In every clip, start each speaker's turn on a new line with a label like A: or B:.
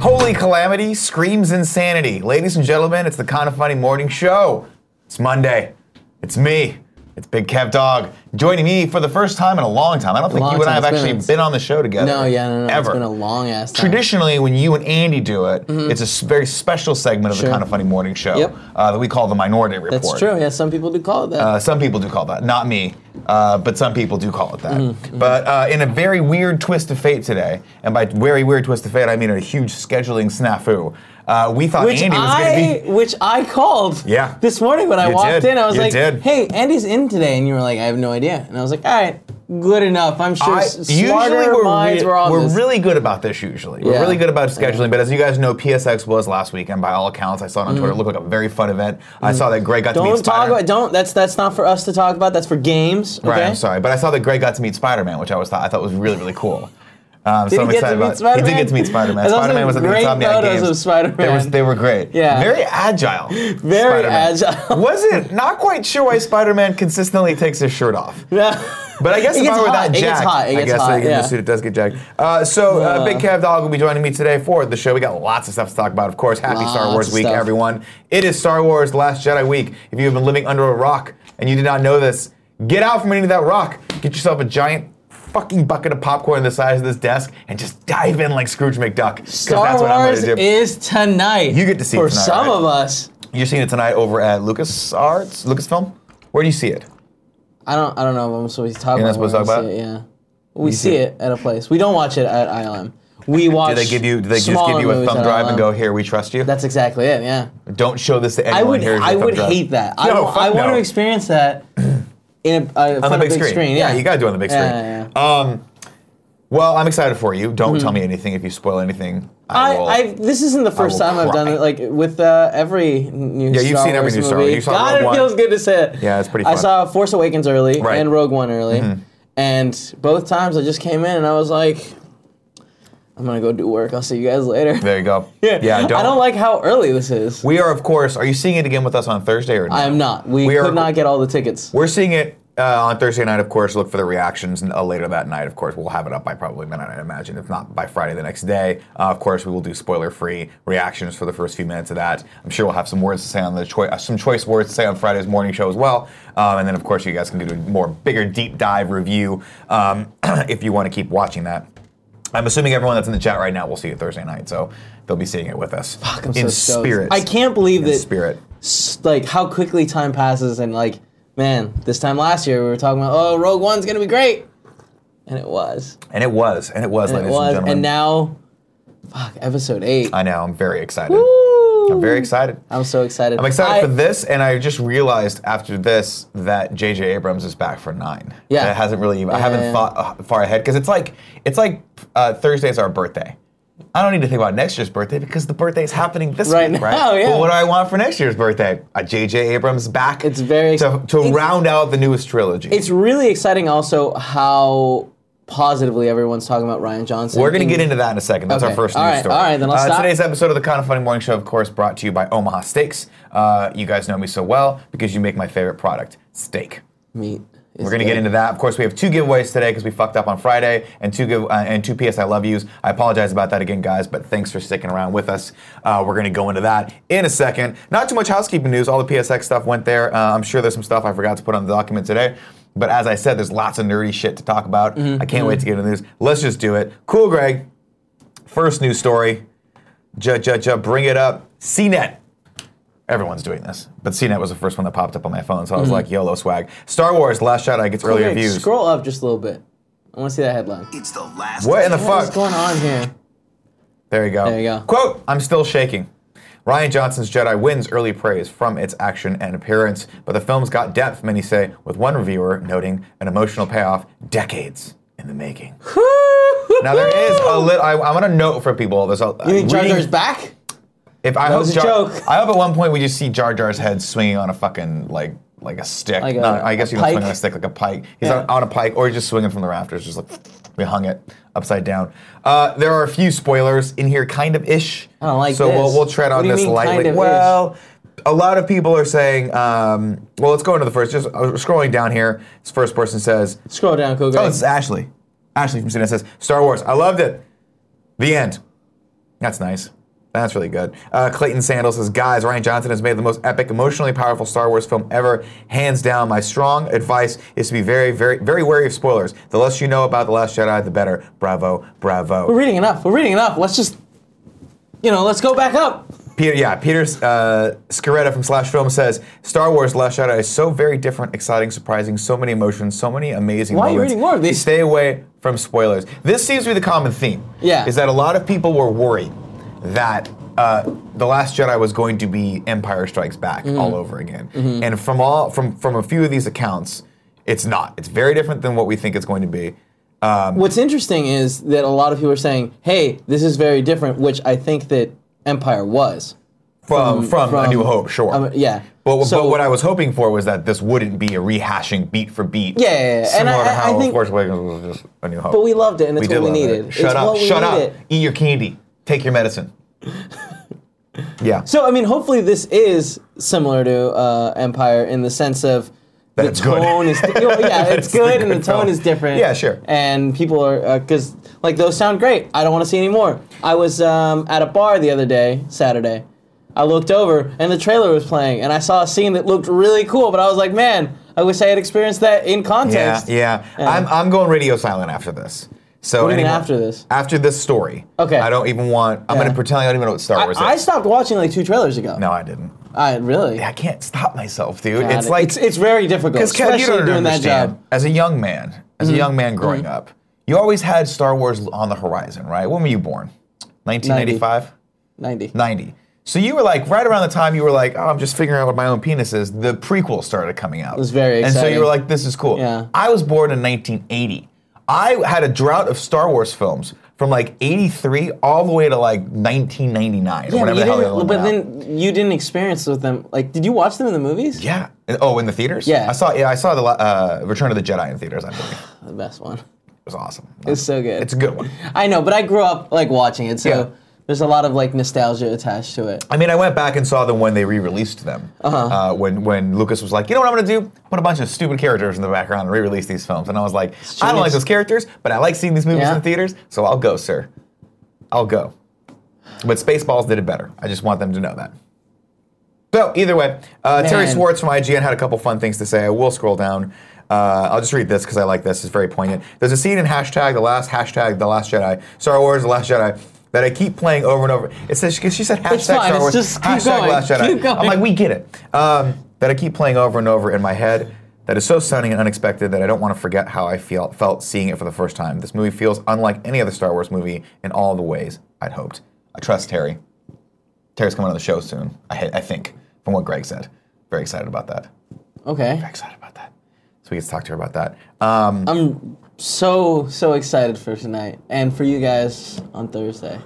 A: Holy calamity screams insanity. Ladies and gentlemen, it's the Kind of Funny Morning Show. It's Monday. It's me. It's Big Kev Dog joining me for the first time in a long time. I don't think
B: Long
A: you and I
B: time.
A: have
B: It's been-
A: actually been on the show together.
B: No, yeah, no, no.
A: Ever.
B: It's been a long ass time.
A: Traditionally, when you and Andy do it, it's a s- very special segment of the
B: Mm-hmm. Sure.
A: Kind of Funny Morning Show
B: Yep.
A: uh, that we call the Minority Report.
B: That's true. Yeah, some people do call it that.
A: Uh, some people do call it that, not me, uh, but some people do call it that.
B: Mm.
A: But uh, in a very weird twist of fate today, and by very weird twist of fate, I mean a huge scheduling snafu. Uh, we thought
B: which
A: Andy was
B: I
A: going to be.
B: which I called
A: Yeah.
B: this morning when I
A: You
B: walked
A: did.
B: in. I was
A: You
B: like,
A: did.
B: "Hey, Andy's in today," and you were like, "I have no idea." And I was like, "All right, good enough. I'm sure
A: I-
B: s- smarter minds
A: re-
B: were on
A: we're
B: this."
A: really good about this usually. We're
B: Yeah.
A: really good about scheduling, but as you guys know, PSX was last week, and by all accounts, I saw it on Twitter. It looked like a very fun event. I saw that Greg got to meet
B: Mm. don't talk
A: Spider.
B: about. Don't. That's that's not for us to talk about. That's for games. Okay.
A: Right, I'm sorry, but I saw that Greg got to meet Spider-Man, which I was thought I thought was really really cool. Um, so
B: he
A: I'm
B: get
A: excited
B: to meet
A: about. it. He did
B: Spider-Man?
A: get to meet Spider-Man.
B: There's also
A: Spider-Man was at the
B: great
A: Insomniac
B: photos
A: Games.
B: of Spider-Man.
A: They, was, they were great.
B: Yeah.
A: Very agile. Very
B: agile.
A: Wasn't not quite sure why Spider-Man consistently takes his shirt off. But I guess
B: It
A: if
B: gets
A: I were
B: hot.
A: that
B: It gets
A: jacked,
B: hot. It
A: I
B: gets
A: guess
B: hot,
A: in
B: yeah.
A: the suit it does get jacked. Uh, so uh,
B: Uh.
A: Big Kev Dog will be joining me today for the show. We got lots of stuff to talk about, of course. Happy Star
B: Lots
A: Wars
B: of
A: week,
B: stuff.
A: everyone! It is Star Wars Last Jedi week. If you have been living under a rock and you did not know this, get out from under that rock. Get yourself a giant. Fucking bucket of popcorn the size of this desk, and just dive in like Scrooge McDuck. Because
B: Star
A: that's what I'm
B: Wars
A: gonna do.
B: is tonight.
A: You get to see it
B: for
A: tonight,
B: some
A: right?
B: of us.
A: You're seeing it tonight over at LucasArts, Lucasfilm. Where do you see it?
B: I don't. I don't know if I'm supposed to talk
A: You're not
B: about. it
A: supposed to
B: when
A: talk
B: I
A: about
B: see It, yeah, we see it at a place. We don't watch it at ILM. We watch.
A: Do they give you? Do they just
B: smaller
A: give you a
B: movies
A: thumb
B: at
A: drive and
B: ILM.
A: go, "Here, we trust you"?
B: That's exactly it. Yeah.
A: Don't show this to anyone.
B: I would.
A: Here's your
B: I
A: thumb
B: would
A: drive.
B: hate that. I,
A: No,
B: wa-
A: fuck
B: I want
A: no.
B: to experience that in a, uh,
A: on the big,
B: big
A: screen.
B: Yeah.
A: you gotta do it on the big
B: Yeah,
A: screen.
B: yeah,
A: Um, well, I'm excited for you. Don't tell me anything if you spoil anything.
B: Hmm. I,
A: will-
B: I this isn't the first
A: will
B: time I've done
A: cry.
B: it. Like with uh, every new
A: Yeah,
B: Star
A: you've seen every
B: Wars
A: new Star
B: movie.
A: Wars. You saw
B: God,
A: Rogue
B: it
A: One.
B: feels good to say it.
A: Yeah, it's pretty
B: I
A: fun.
B: saw Force Awakens early
A: Right. Mm-hmm.
B: and Rogue One early, and both times I just came in and I was like, "I'm gonna go do work. I'll see you guys later."
A: there you go. Yeah, don't.
B: I don't like how early this is.
A: we are, of course. Are you seeing it again with us on Thursday or? No?
B: I am not. We,
A: We
B: could
A: are-
B: not get all the tickets.
A: We're seeing it uh, on Thursday night, of course. Look for the reactions and, uh, later that night, of course. We'll have it up by probably midnight, I imagine, if not by Friday the next day. Uh, of course, we will do spoiler free reactions for the first few minutes of that. I'm sure we'll have some words to say on the choi- uh, some choice words to say on Friday's morning show as well. Um, and then, of course, you guys can do a more bigger deep dive review um, if you want to keep watching that. I'm assuming everyone that's in the chat right now will see it Thursday night, so they'll be seeing it with us
B: Fuck, I'm
A: in
B: so stoked.
A: spirit.
B: I can't believe
A: in
B: that.
A: spirit.
B: s- Like how quickly time passes, and like, man, this time last year we were talking about, oh, Rogue One's gonna be great, and it was,
A: And it was, and it was,
B: and it
A: ladies and
B: was,
A: gentlemen.
B: and now, fuck, episode eight.
A: I know. I'm very excited. I'm very excited.
B: I'm so excited.
A: I'm excited
B: I-
A: for this, and I just realized after this that J.J. Abrams is back for nine.
B: Yeah.
A: that hasn't really. I haven't
B: yeah, yeah.
A: thought uh, far ahead because it's like it's like uh, Thursday's our birthday. I don't need to think about next year's birthday because the birthday's happening this
B: Right
A: week,
B: now,
A: right?
B: yeah.
A: But what do I want for next year's birthday? A J.J. Abrams back.
B: It's very-
A: to, to
B: it's-
A: round out the newest trilogy.
B: It's really exciting, also how positively everyone's talking about Ryan Johnson.
A: We're going to
B: in-
A: get into that in a second. That's our
B: Okay.
A: first
B: All
A: news
B: right.
A: story.
B: All right, then I'll
A: Uh,
B: stop.
A: Today's episode of the Kind of Funny Morning Show, of course, brought to you by Omaha Steaks. Uh, you guys know me so well because you make my favorite product, steak.
B: meat.
A: We're going to get into that. Of course, we have two giveaways today because we fucked up on Friday, and two give, uh, and two PS I love yous. I apologize about that again, guys, but thanks for sticking around with us. Uh, we're going to go into that in a second. Not too much housekeeping news. All the PSX stuff went there. Uh, I'm sure there's some stuff I forgot to put on the document today. But as I said, there's lots of nerdy shit to talk about. I can't wait to get into this. Let's just do it. Cool, Greg. First news story. Ja, ja, ja, bring it up. CNET everyone's doing this. But CNET was the first one that popped up on my phone,
B: Mm.
A: so I was like, YOLO swag. Star Wars Last Jedi gets earlier
B: Okay,
A: views.
B: Scroll up just a little bit. I want to see that headline.
C: It's the last.
A: What in the
B: What's
A: fuck?
B: going on here?
A: There you go.
B: There you go.
A: Quote, I'm still shaking. Ryan Johnson's Jedi wins early praise from its action and appearance, but the film's got depth, many say, with one reviewer noting an emotional payoff decades in the making. Now there is a little, I, I want to note for people, there's a,
B: You think Jar
A: reading-
B: Jar's back?
A: If I hope
B: was a
A: Jar,
B: joke.
A: I hope at one point we just see Jar Jar's head swinging on a fucking like like a stick.
B: Like a-
A: Not- I guess
B: a
A: you don't swing
B: pike.
A: on a stick like a pike. He's
B: Yeah.
A: on, on a pike, or he's just swinging from the rafters, just like we hung it upside down. Uh, there are a few spoilers in here, kind of ish.
B: I don't like
A: so So
B: this.
A: we'll we'll tread
B: What
A: on
B: do you
A: this
B: mean,
A: lightly.
B: kind of-ish?
A: well, a lot of people are saying. Um, well, let's go into the first. Just uh, scrolling down here. This first person says,
B: Scroll down, Koga.
A: "Oh, it's Ashley. Ashley from CNN says Star Wars. I loved it. The end. That's nice." That's really good. Uh, Clayton Sandals says, guys, Ryan Johnson has made the most epic, emotionally powerful Star Wars film ever. Hands down, my strong advice is to be very, very, very wary of spoilers. The less you know about The Last Jedi, the better. Bravo, bravo.
B: We're reading enough. We're reading enough. Let's just, you know, let's go back up.
A: Peter, yeah, Peter uh, Scaretta from Slash Film says, Star Wars The Last Jedi is so very different, exciting, surprising, so many emotions, so many amazing
B: Why are you
A: moments.
B: reading more of these?
A: Stay away from spoilers. This seems to be the common theme.
B: Yeah.
A: Is that a lot of people were worried that uh, the Last Jedi was going to be Empire Strikes Back
B: Mm-hmm.
A: all over again, and from all from from a few of these accounts, it's not. It's very different than what we think it's going to be.
B: What's interesting is that a lot of people are saying, "Hey, this is very different," which I think that Empire was.
A: From from, A
B: from-
A: New Hope, sure.
B: Um, yeah.
A: But,
B: So-
A: but what I was hoping for was that this wouldn't be a rehashing beat for beat.
B: Yeah, yeah, yeah. And
A: Similar
B: I-
A: to
B: I-
A: how
B: I think-
A: Force Awakens was just a new hope.
B: But we loved it, and it's
A: did
B: what we
A: love it.
B: needed.
A: Shut
B: it's
A: up,
B: What we
A: shut
B: needed.
A: up. Eat your candy. Take your medicine. yeah.
B: So I mean, hopefully this is similar to uh, Empire in the sense of the
A: it's good.
B: tone is you know, yeah, it's
A: It's a
B: good and
A: good
B: the tone
A: film.
B: is different.
A: Yeah, sure.
B: And people are because like those sound great. I don't want to see any more. I was um, at a bar the other day, Saturday. I looked over and the trailer was playing, and I saw a scene that looked really cool. But I was like, man, I wish I had experienced that in
A: Yeah,
B: context.
A: yeah. I'm, I'm going radio silent after this. So
B: What do you mean
A: anyone-
B: after this?
A: After this story.
B: Okay.
A: I don't even want. I'm
B: Yeah.
A: gonna pretend I don't even know what Star
B: I,
A: Wars
B: I
A: is.
B: stopped watching like two trailers ago.
A: no, I didn't.
B: I really.
A: I can't stop myself, dude.
B: Got
A: it's
B: it.
A: like
B: it's, it's very difficult,
A: Because Kev,
B: especially
A: you don't
B: doing
A: understand.
B: that job. Mm-hmm.
A: As a young man, as a young man growing up, you always had Star Wars on the horizon, right? When were you born? 1985?
B: 90.
A: 90. So you were like, right around the time you were like, oh, I'm just figuring out what my own penis is, the prequel started coming out. It
B: was very
A: And so you
B: exciting.
A: were like, this is cool.
B: Yeah.
A: I was born in 1980. I had a drought of Star Wars films from like 83 all the way to like 1999 or
B: Yeah, but
A: whatever
B: you
A: the hell they
B: didn't,
A: all went
B: but
A: out.
B: then you didn't experience with them. Like, did you watch them in the movies?
A: Yeah. And- Oh, in the theaters?
B: Yeah.
A: I saw. Yeah, I saw the uh, Return of the Jedi in theaters. I believe it
B: The best one.
A: was awesome.
B: It's so good.
A: It's a good one.
B: I know, but I grew up like watching it, so
A: Yeah.
B: there's a lot of like nostalgia attached to it.
A: I mean, I went back and saw them when they re-released them. Uh-huh. when when Lucas was like, you know what I'm gonna do? Put a bunch of stupid characters in the background and re-release these films. And I was like, I don't like
B: genius.
A: those characters, but I like seeing these movies
B: Yeah.
A: in theaters, so I'll go, sir. I'll go. But Spaceballs did it better. I just want them to know that. So either way, uh, Terry
B: Man.
A: Schwartz from IGN had a couple fun things to say. I will scroll down. Uh, I'll just read this because I like this. It's very poignant. There's a scene in hashtag the last hashtag the last Jedi Star Wars the last Jedi that I keep playing over and over. It says because she said hashtag
B: It's fine.
A: Star
B: It's
A: Wars
B: just keep
A: hashtag
B: going.
A: last Jedi.
B: Keep going.
A: I'm like we get it. Um, that I keep playing over and over in my head. That is so stunning and unexpected that I don't want to forget how I feel, felt seeing it for the first time. This movie feels unlike any other Star Wars movie in all the ways I'd hoped. I trust Terry. Terry's coming on the show soon. I, hi- I think, from what Greg said. Very excited about that.
B: Okay.
A: Very excited about that. So we get to talk to her about that. Um,
B: I'm so so excited for tonight and for you guys on Thursday.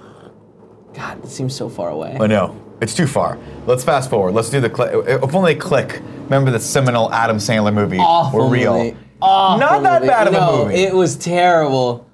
B: God, it seems so far away.
A: but Oh, no, it's too far. Let's fast forward. Let's do the click. If only click. Remember the seminal Adam Sandler movie?
B: Awful
A: We're real.
B: movie. Awful
A: Not that
B: movie.
A: bad of a
B: No,
A: movie.
B: It was terrible.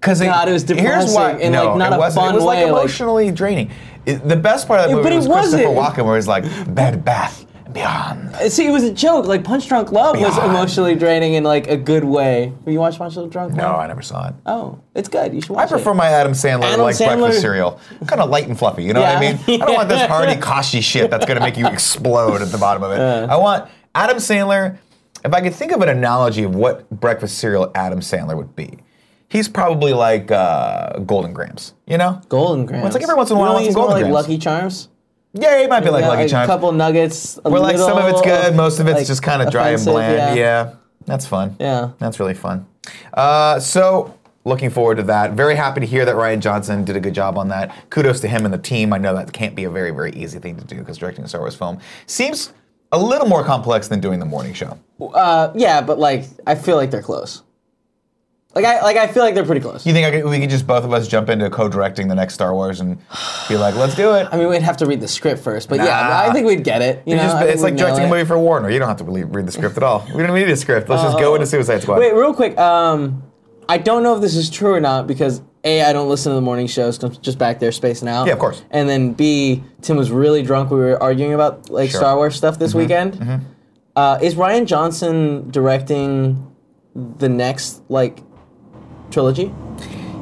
A: Because
B: God, it was
A: Here's why,
B: depressing in,
A: no,
B: like, not
A: it
B: a
A: wasn't.
B: fun
A: It was like
B: way, like-
A: emotionally draining. It- the best part of that
B: Yeah,
A: movie
B: but it
A: was Christopher
B: wasn't.
A: Walken, where he's like, "Bed, Bath, and Beyond."
B: Uh, See, it was a joke. Like Punch Drunk Love was
A: Beyond.
B: emotionally draining in like a good way. Have you watched Punch Drunk Love?
A: No, I never saw it.
B: Oh, it's good. You should
A: I
B: watch
A: prefer
B: it.
A: my Adam Sandler
B: Adam
A: like
B: Sandler-
A: breakfast cereal, kind of light and fluffy. You know
B: Yeah.
A: what I mean? I don't want this hearty kashi shit that's gonna make you explode at the bottom of it. I want Adam Sandler. If I could think of an analogy of what breakfast cereal Adam Sandler would be, he's probably like uh, Golden Grams. You know?
B: Golden Grams.
A: Well, it's like every once in a while
B: You know
A: I want
B: he's
A: some
B: more
A: Golden
B: like
A: Grams.
B: Lucky Charms.
A: Yeah, he might be like
B: Yeah,
A: Lucky
B: like A
A: Charms.
B: couple nuggets. A
A: We're like some of it's good, most of it's
B: like,
A: just kind of dry and
B: offensive,
A: bland. Yeah.
B: yeah.
A: that's fun.
B: Yeah.
A: that's really fun. Uh, so looking forward to that. Very happy to hear that Ryan Johnson did a good job on that. Kudos to him and the team. I know that can't be a very very easy thing to do because directing a Star Wars film seems a little more complex than doing the morning show.
B: Uh, yeah, but like I feel like they're close. Like I like I feel like they're pretty close.
A: You think I could, we could just both of us jump into co-directing the next Star Wars and be like, let's do it?
B: I mean, we'd have to read the script first, but yeah,
A: Nah.
B: I think we'd get it. You know,
A: Just-
B: I think
A: it's like
B: we'd know
A: directing
B: it.
A: a movie for Warner. You don't have to really read the script at all. We don't need a script. Let's just go into Suicide Squad.
B: Oh. Wait, real quick. Um, I don't know if this is true or not because a I don't listen to the morning shows. 'cause I'm just back there spacing out.
A: Yeah, of course.
B: And then b Tim was really drunk. We were arguing about like
A: Sure. Mm-hmm.
B: Star Wars stuff this weekend. Uh, is Ryan Johnson directing the next like trilogy?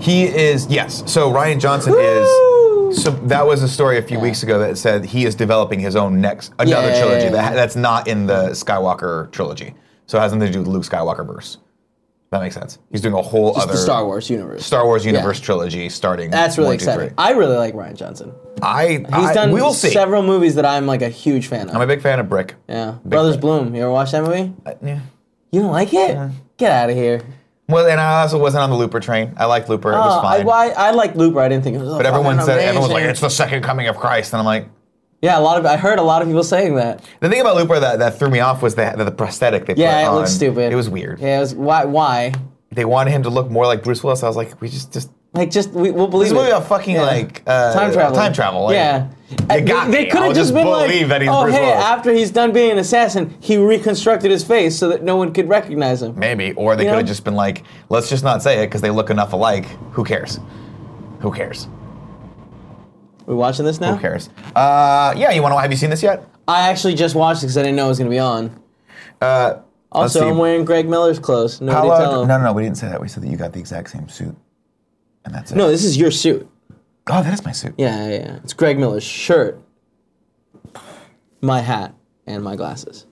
A: He is yes. So Ryan Johnson
B: Woo!
A: is So that was a story a few weeks ago that said he is developing his own next another
B: Yeah, yeah,
A: trilogy
B: yeah,
A: that,
B: yeah.
A: that's not in the Skywalker trilogy. So it has nothing to do with Luke Skywalker verse. That makes sense. He's doing a whole
B: It's
A: other
B: the Star Wars universe.
A: Star Wars universe trilogy starting.
B: That's really
A: one, two,
B: exciting.
A: three.
B: I really like Ryan Johnson.
A: I,
B: He's
A: I-
B: done
A: we will see.
B: several movies that I'm like a huge fan of.
A: I'm a big fan of Brick.
B: yeah, Brothers
A: fan.
B: Bloom. You ever watch that movie?
A: Yeah.
B: You don't like it? Get out of here.
A: Well, and I also wasn't on the Looper train. I liked Looper. it was
B: Oh, I,
A: fine.
B: why I like Looper. I didn't think it was.
A: but everyone said everyone's like, it's the second coming of Christ, and I'm like,
B: yeah. A lot of I heard a lot of people saying that.
A: the thing about Looper that, that threw me off was the, the prosthetic they
B: Yeah,
A: put
B: it
A: on.
B: looks stupid.
A: um, It was weird.
B: Yeah, it was, why? Why?
A: They wanted him to look more like Bruce Willis. I was like, we just just
B: Like, just we, we'll believe
A: this
B: it.
A: movie about fucking
B: Yeah.
A: like uh,
B: time travel.
A: Time travel. like,
B: yeah. Uh,
A: got
B: they
A: me.
B: could
A: I'll
B: have just,
A: just
B: been
A: believe
B: like,
A: that he's
B: oh,
A: Bruce
B: hey,
A: Willis."
B: after he's done being an assassin, he reconstructed his face so that no one could recognize him.
A: Maybe, or they
B: You
A: could have
B: know?
A: just been like, let's just not say it because they look enough alike. Who cares? Who cares?
B: We watching this now?
A: Who cares? Uh, yeah, you want to? Have you seen this yet?
B: I actually just watched it because I didn't know it was going to be on.
A: Uh, let's
B: Also,
A: see.
B: I'm wearing Greg Miller's clothes. Nobody
A: Paolo-
B: tell him.
A: no, no, no. We didn't say that. We said that you got the exact same suit, and that's it.
B: No, this is your suit.
A: oh, that is my suit.
B: Yeah, yeah, yeah. It's Greg Miller's shirt, my hat, and my glasses.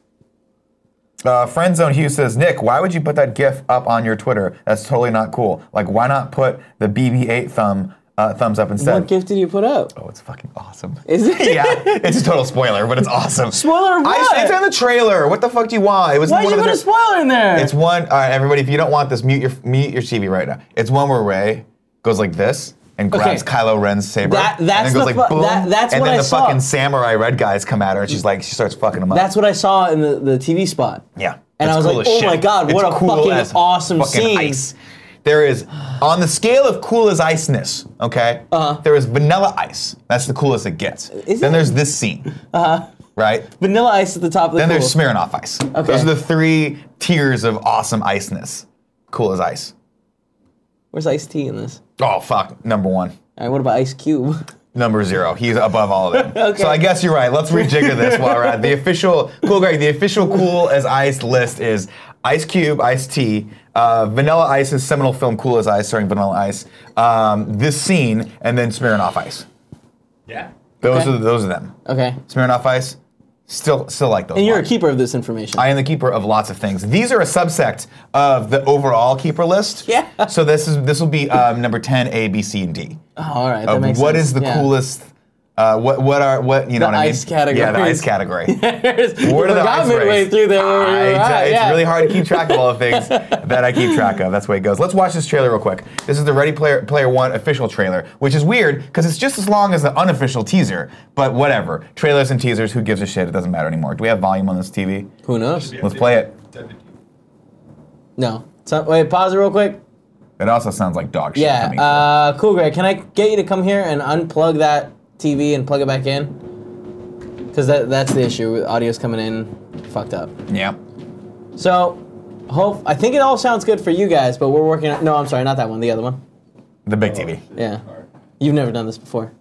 A: Uh, Friendzone Hughes says, Nick, why would you put that GIF up on your Twitter? That's totally not cool. Like, why not put the BB-8 thumb uh, thumbs up instead?
B: What gift did you put up?
A: Oh, it's fucking awesome.
B: Is it?
A: yeah, it's a total spoiler, but it's awesome.
B: Spoiler of
A: I-
B: what?
A: it's in the trailer. What the fuck do you want? It was
B: Why'd
A: one
B: you
A: of
B: put
A: the
B: a spoiler in there?
A: It's one. All right, everybody, if you don't want this, mute your mute your TV right now. It's one where Ray goes like this and grabs
B: Okay.
A: Kylo Ren's saber.
B: That-
A: and
B: that's
A: then goes
B: the
A: like
B: fu-
A: boom.
B: that- that's
A: and
B: what
A: then
B: I
A: the
B: saw.
A: fucking samurai red guys come at her, and she's like, she starts fucking them up.
B: That's what I saw in the, the TV spot.
A: Yeah.
B: And
A: It's
B: I was
A: cool
B: like,
A: as
B: oh my
A: shit.
B: God, what
A: It's
B: a
A: cool
B: fucking
A: as
B: awesome
A: fucking
B: scene.
A: Ice. There is, on the scale of cool as iceness, okay, uh-huh. there is vanilla ice. That's the coolest it gets. then
B: it?
A: there's this scene, uh-huh. right?
B: Vanilla Ice at the top of the
A: Then
B: cool.
A: there's Smirnoff ice.
B: Okay.
A: Those are the three tiers of awesome iceness. Cool as ice.
B: Where's Ice T in this?
A: Oh, fuck. Number one.
B: All right, what about Ice Cube?
A: Number zero. He's above all of them.
B: Okay.
A: So I guess you're right. Let's rejigger this while we're at the official cool Greg. The official cool as ice list is Ice Cube, Ice T, uh, Vanilla Ice's seminal film Cool as Ice, starring Vanilla Ice. Um, this scene, and then Smirnoff Ice.
C: Yeah.
A: Those
B: Okay.
A: are those are them.
B: Okay.
A: Smirnoff Ice. Still, still like those.
B: And you're a
A: lots.
B: keeper of this information.
A: I am the keeper of lots of things. These are a subsect of the overall keeper list.
B: Yeah.
A: So this is this will be um, number ten, A, B, C, and D.
B: oh, all right, that
A: What is
B: makes sense.
A: the
B: Yeah.
A: coolest? Uh, what what are what you know
B: The
A: what I mean?
B: ice
A: Yeah, the ice
B: categories.
A: category.
B: Where
A: Where do the ice
B: midway
A: race?
B: through there. where we
A: I-
B: were
A: it's,
B: at,
A: it's
B: yeah.
A: really hard to keep track of all the things that I keep track of. That's the way it goes. Let's watch this trailer real quick. This is the Ready Player Player One official trailer, which is weird because it's just as long as the unofficial teaser. But whatever, trailers and teasers. Who gives a shit? It doesn't matter anymore. Do we have volume on this TV?
B: Who knows?
A: Let's play it.
B: No. So, wait, pause it real quick.
A: It also sounds like dog shit.
B: Yeah.
A: coming through.
B: Uh, cool, Greg. Can I get you to come here and unplug that TV and plug it back in? Because that, that's the issue. Audio's coming in fucked up.
A: yeah.
B: So, hope I think it all sounds good for you guys, but we're working. On, no, I'm sorry, not that one. The other one.
A: The big TV.
B: Yeah. You've never done this before.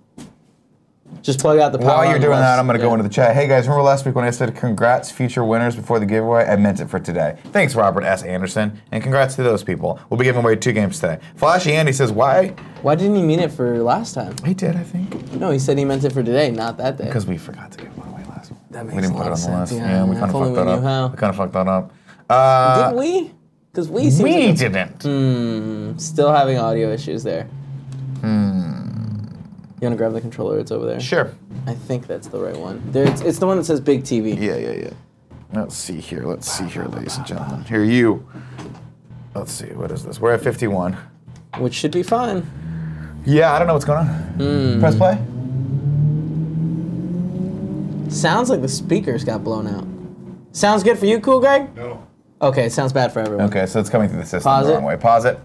B: Just plug out the power.
A: While
B: on
A: you're
B: the
A: doing
B: left.
A: that, I'm going to
B: Yeah.
A: go into the chat. Hey guys, remember last week when I said congrats future winners before the giveaway? I meant it for today. Thanks, Robert S. Anderson, and congrats to those people. We'll be giving away two games today. Flashy Andy says, "Why?"
B: Why didn't he mean it for last time?
A: He did, I think,
B: No, he said he meant it for today, not that day.
A: because we forgot to give one away last. week.
B: That
A: we
B: makes
A: didn't put
B: a lot
A: it on
B: of
A: the list.
B: sense,
A: Yeah,
B: yeah.
A: we
B: If
A: kind of
B: only
A: fucked
B: we
A: that
B: knew
A: up.
B: how.
A: We kind of fucked that up. Uh,
B: Didn't we? Because we seem
A: we
B: to
A: didn't. Mm.
B: be still having audio issues there. Hmm. You want to grab the controller? It's over there.
A: Sure.
B: I think that's the right one. There, it's, it's the one that says Big TV.
A: Yeah, yeah, yeah. Let's see here. Let's see here, ladies and gentlemen. Here you. Let's see. What is this? We're at 51.
B: Which should be fine.
A: Yeah, I don't know what's going on.
B: Hmm.
A: Press play.
B: Sounds like the speakers got blown out. Sounds good for you, cool, Greg?
C: No.
B: Okay, it sounds bad for everyone.
A: Okay, so it's coming through the system
B: Pause
A: the
B: it.
A: wrong way. Pause it.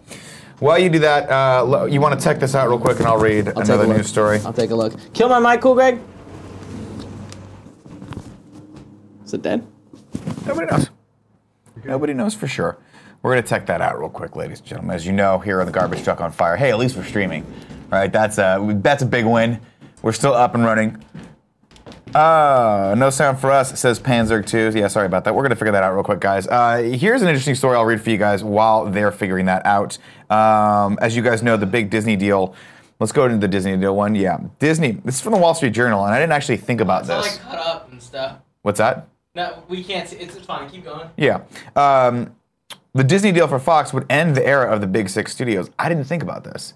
A: While you do that, uh, lo- you want to check this out real quick, and I'll read
B: I'll
A: another
B: take a look.
A: news story.
B: I'll take a look. Kill my mic, cool, Greg? Is it dead?
A: Nobody knows. Nobody knows for sure. We're gonna check that out real quick, ladies and gentlemen. As you know, here on the garbage truck on fire. Hey, at least we're streaming. All right, that's a that's a big win. We're still up and running. Uh, no sound for us, says Panzerg 2. Yeah, sorry about that. We're going to figure that out real quick, guys. Uh, here's an interesting story I'll read for you guys while they're figuring that out. Um, as you guys know, the big Disney deal Let's go into the Disney deal one. Yeah, Disney. This is from the Wall Street Journal, and I didn't actually think about
C: It's not
A: this.
C: like cut up and stuff.
A: What's that?
C: No, we can't see. It's fine. Keep going.
A: Yeah. Um, the Disney deal for Fox would end the era of the Big Six studios. I didn't think about this.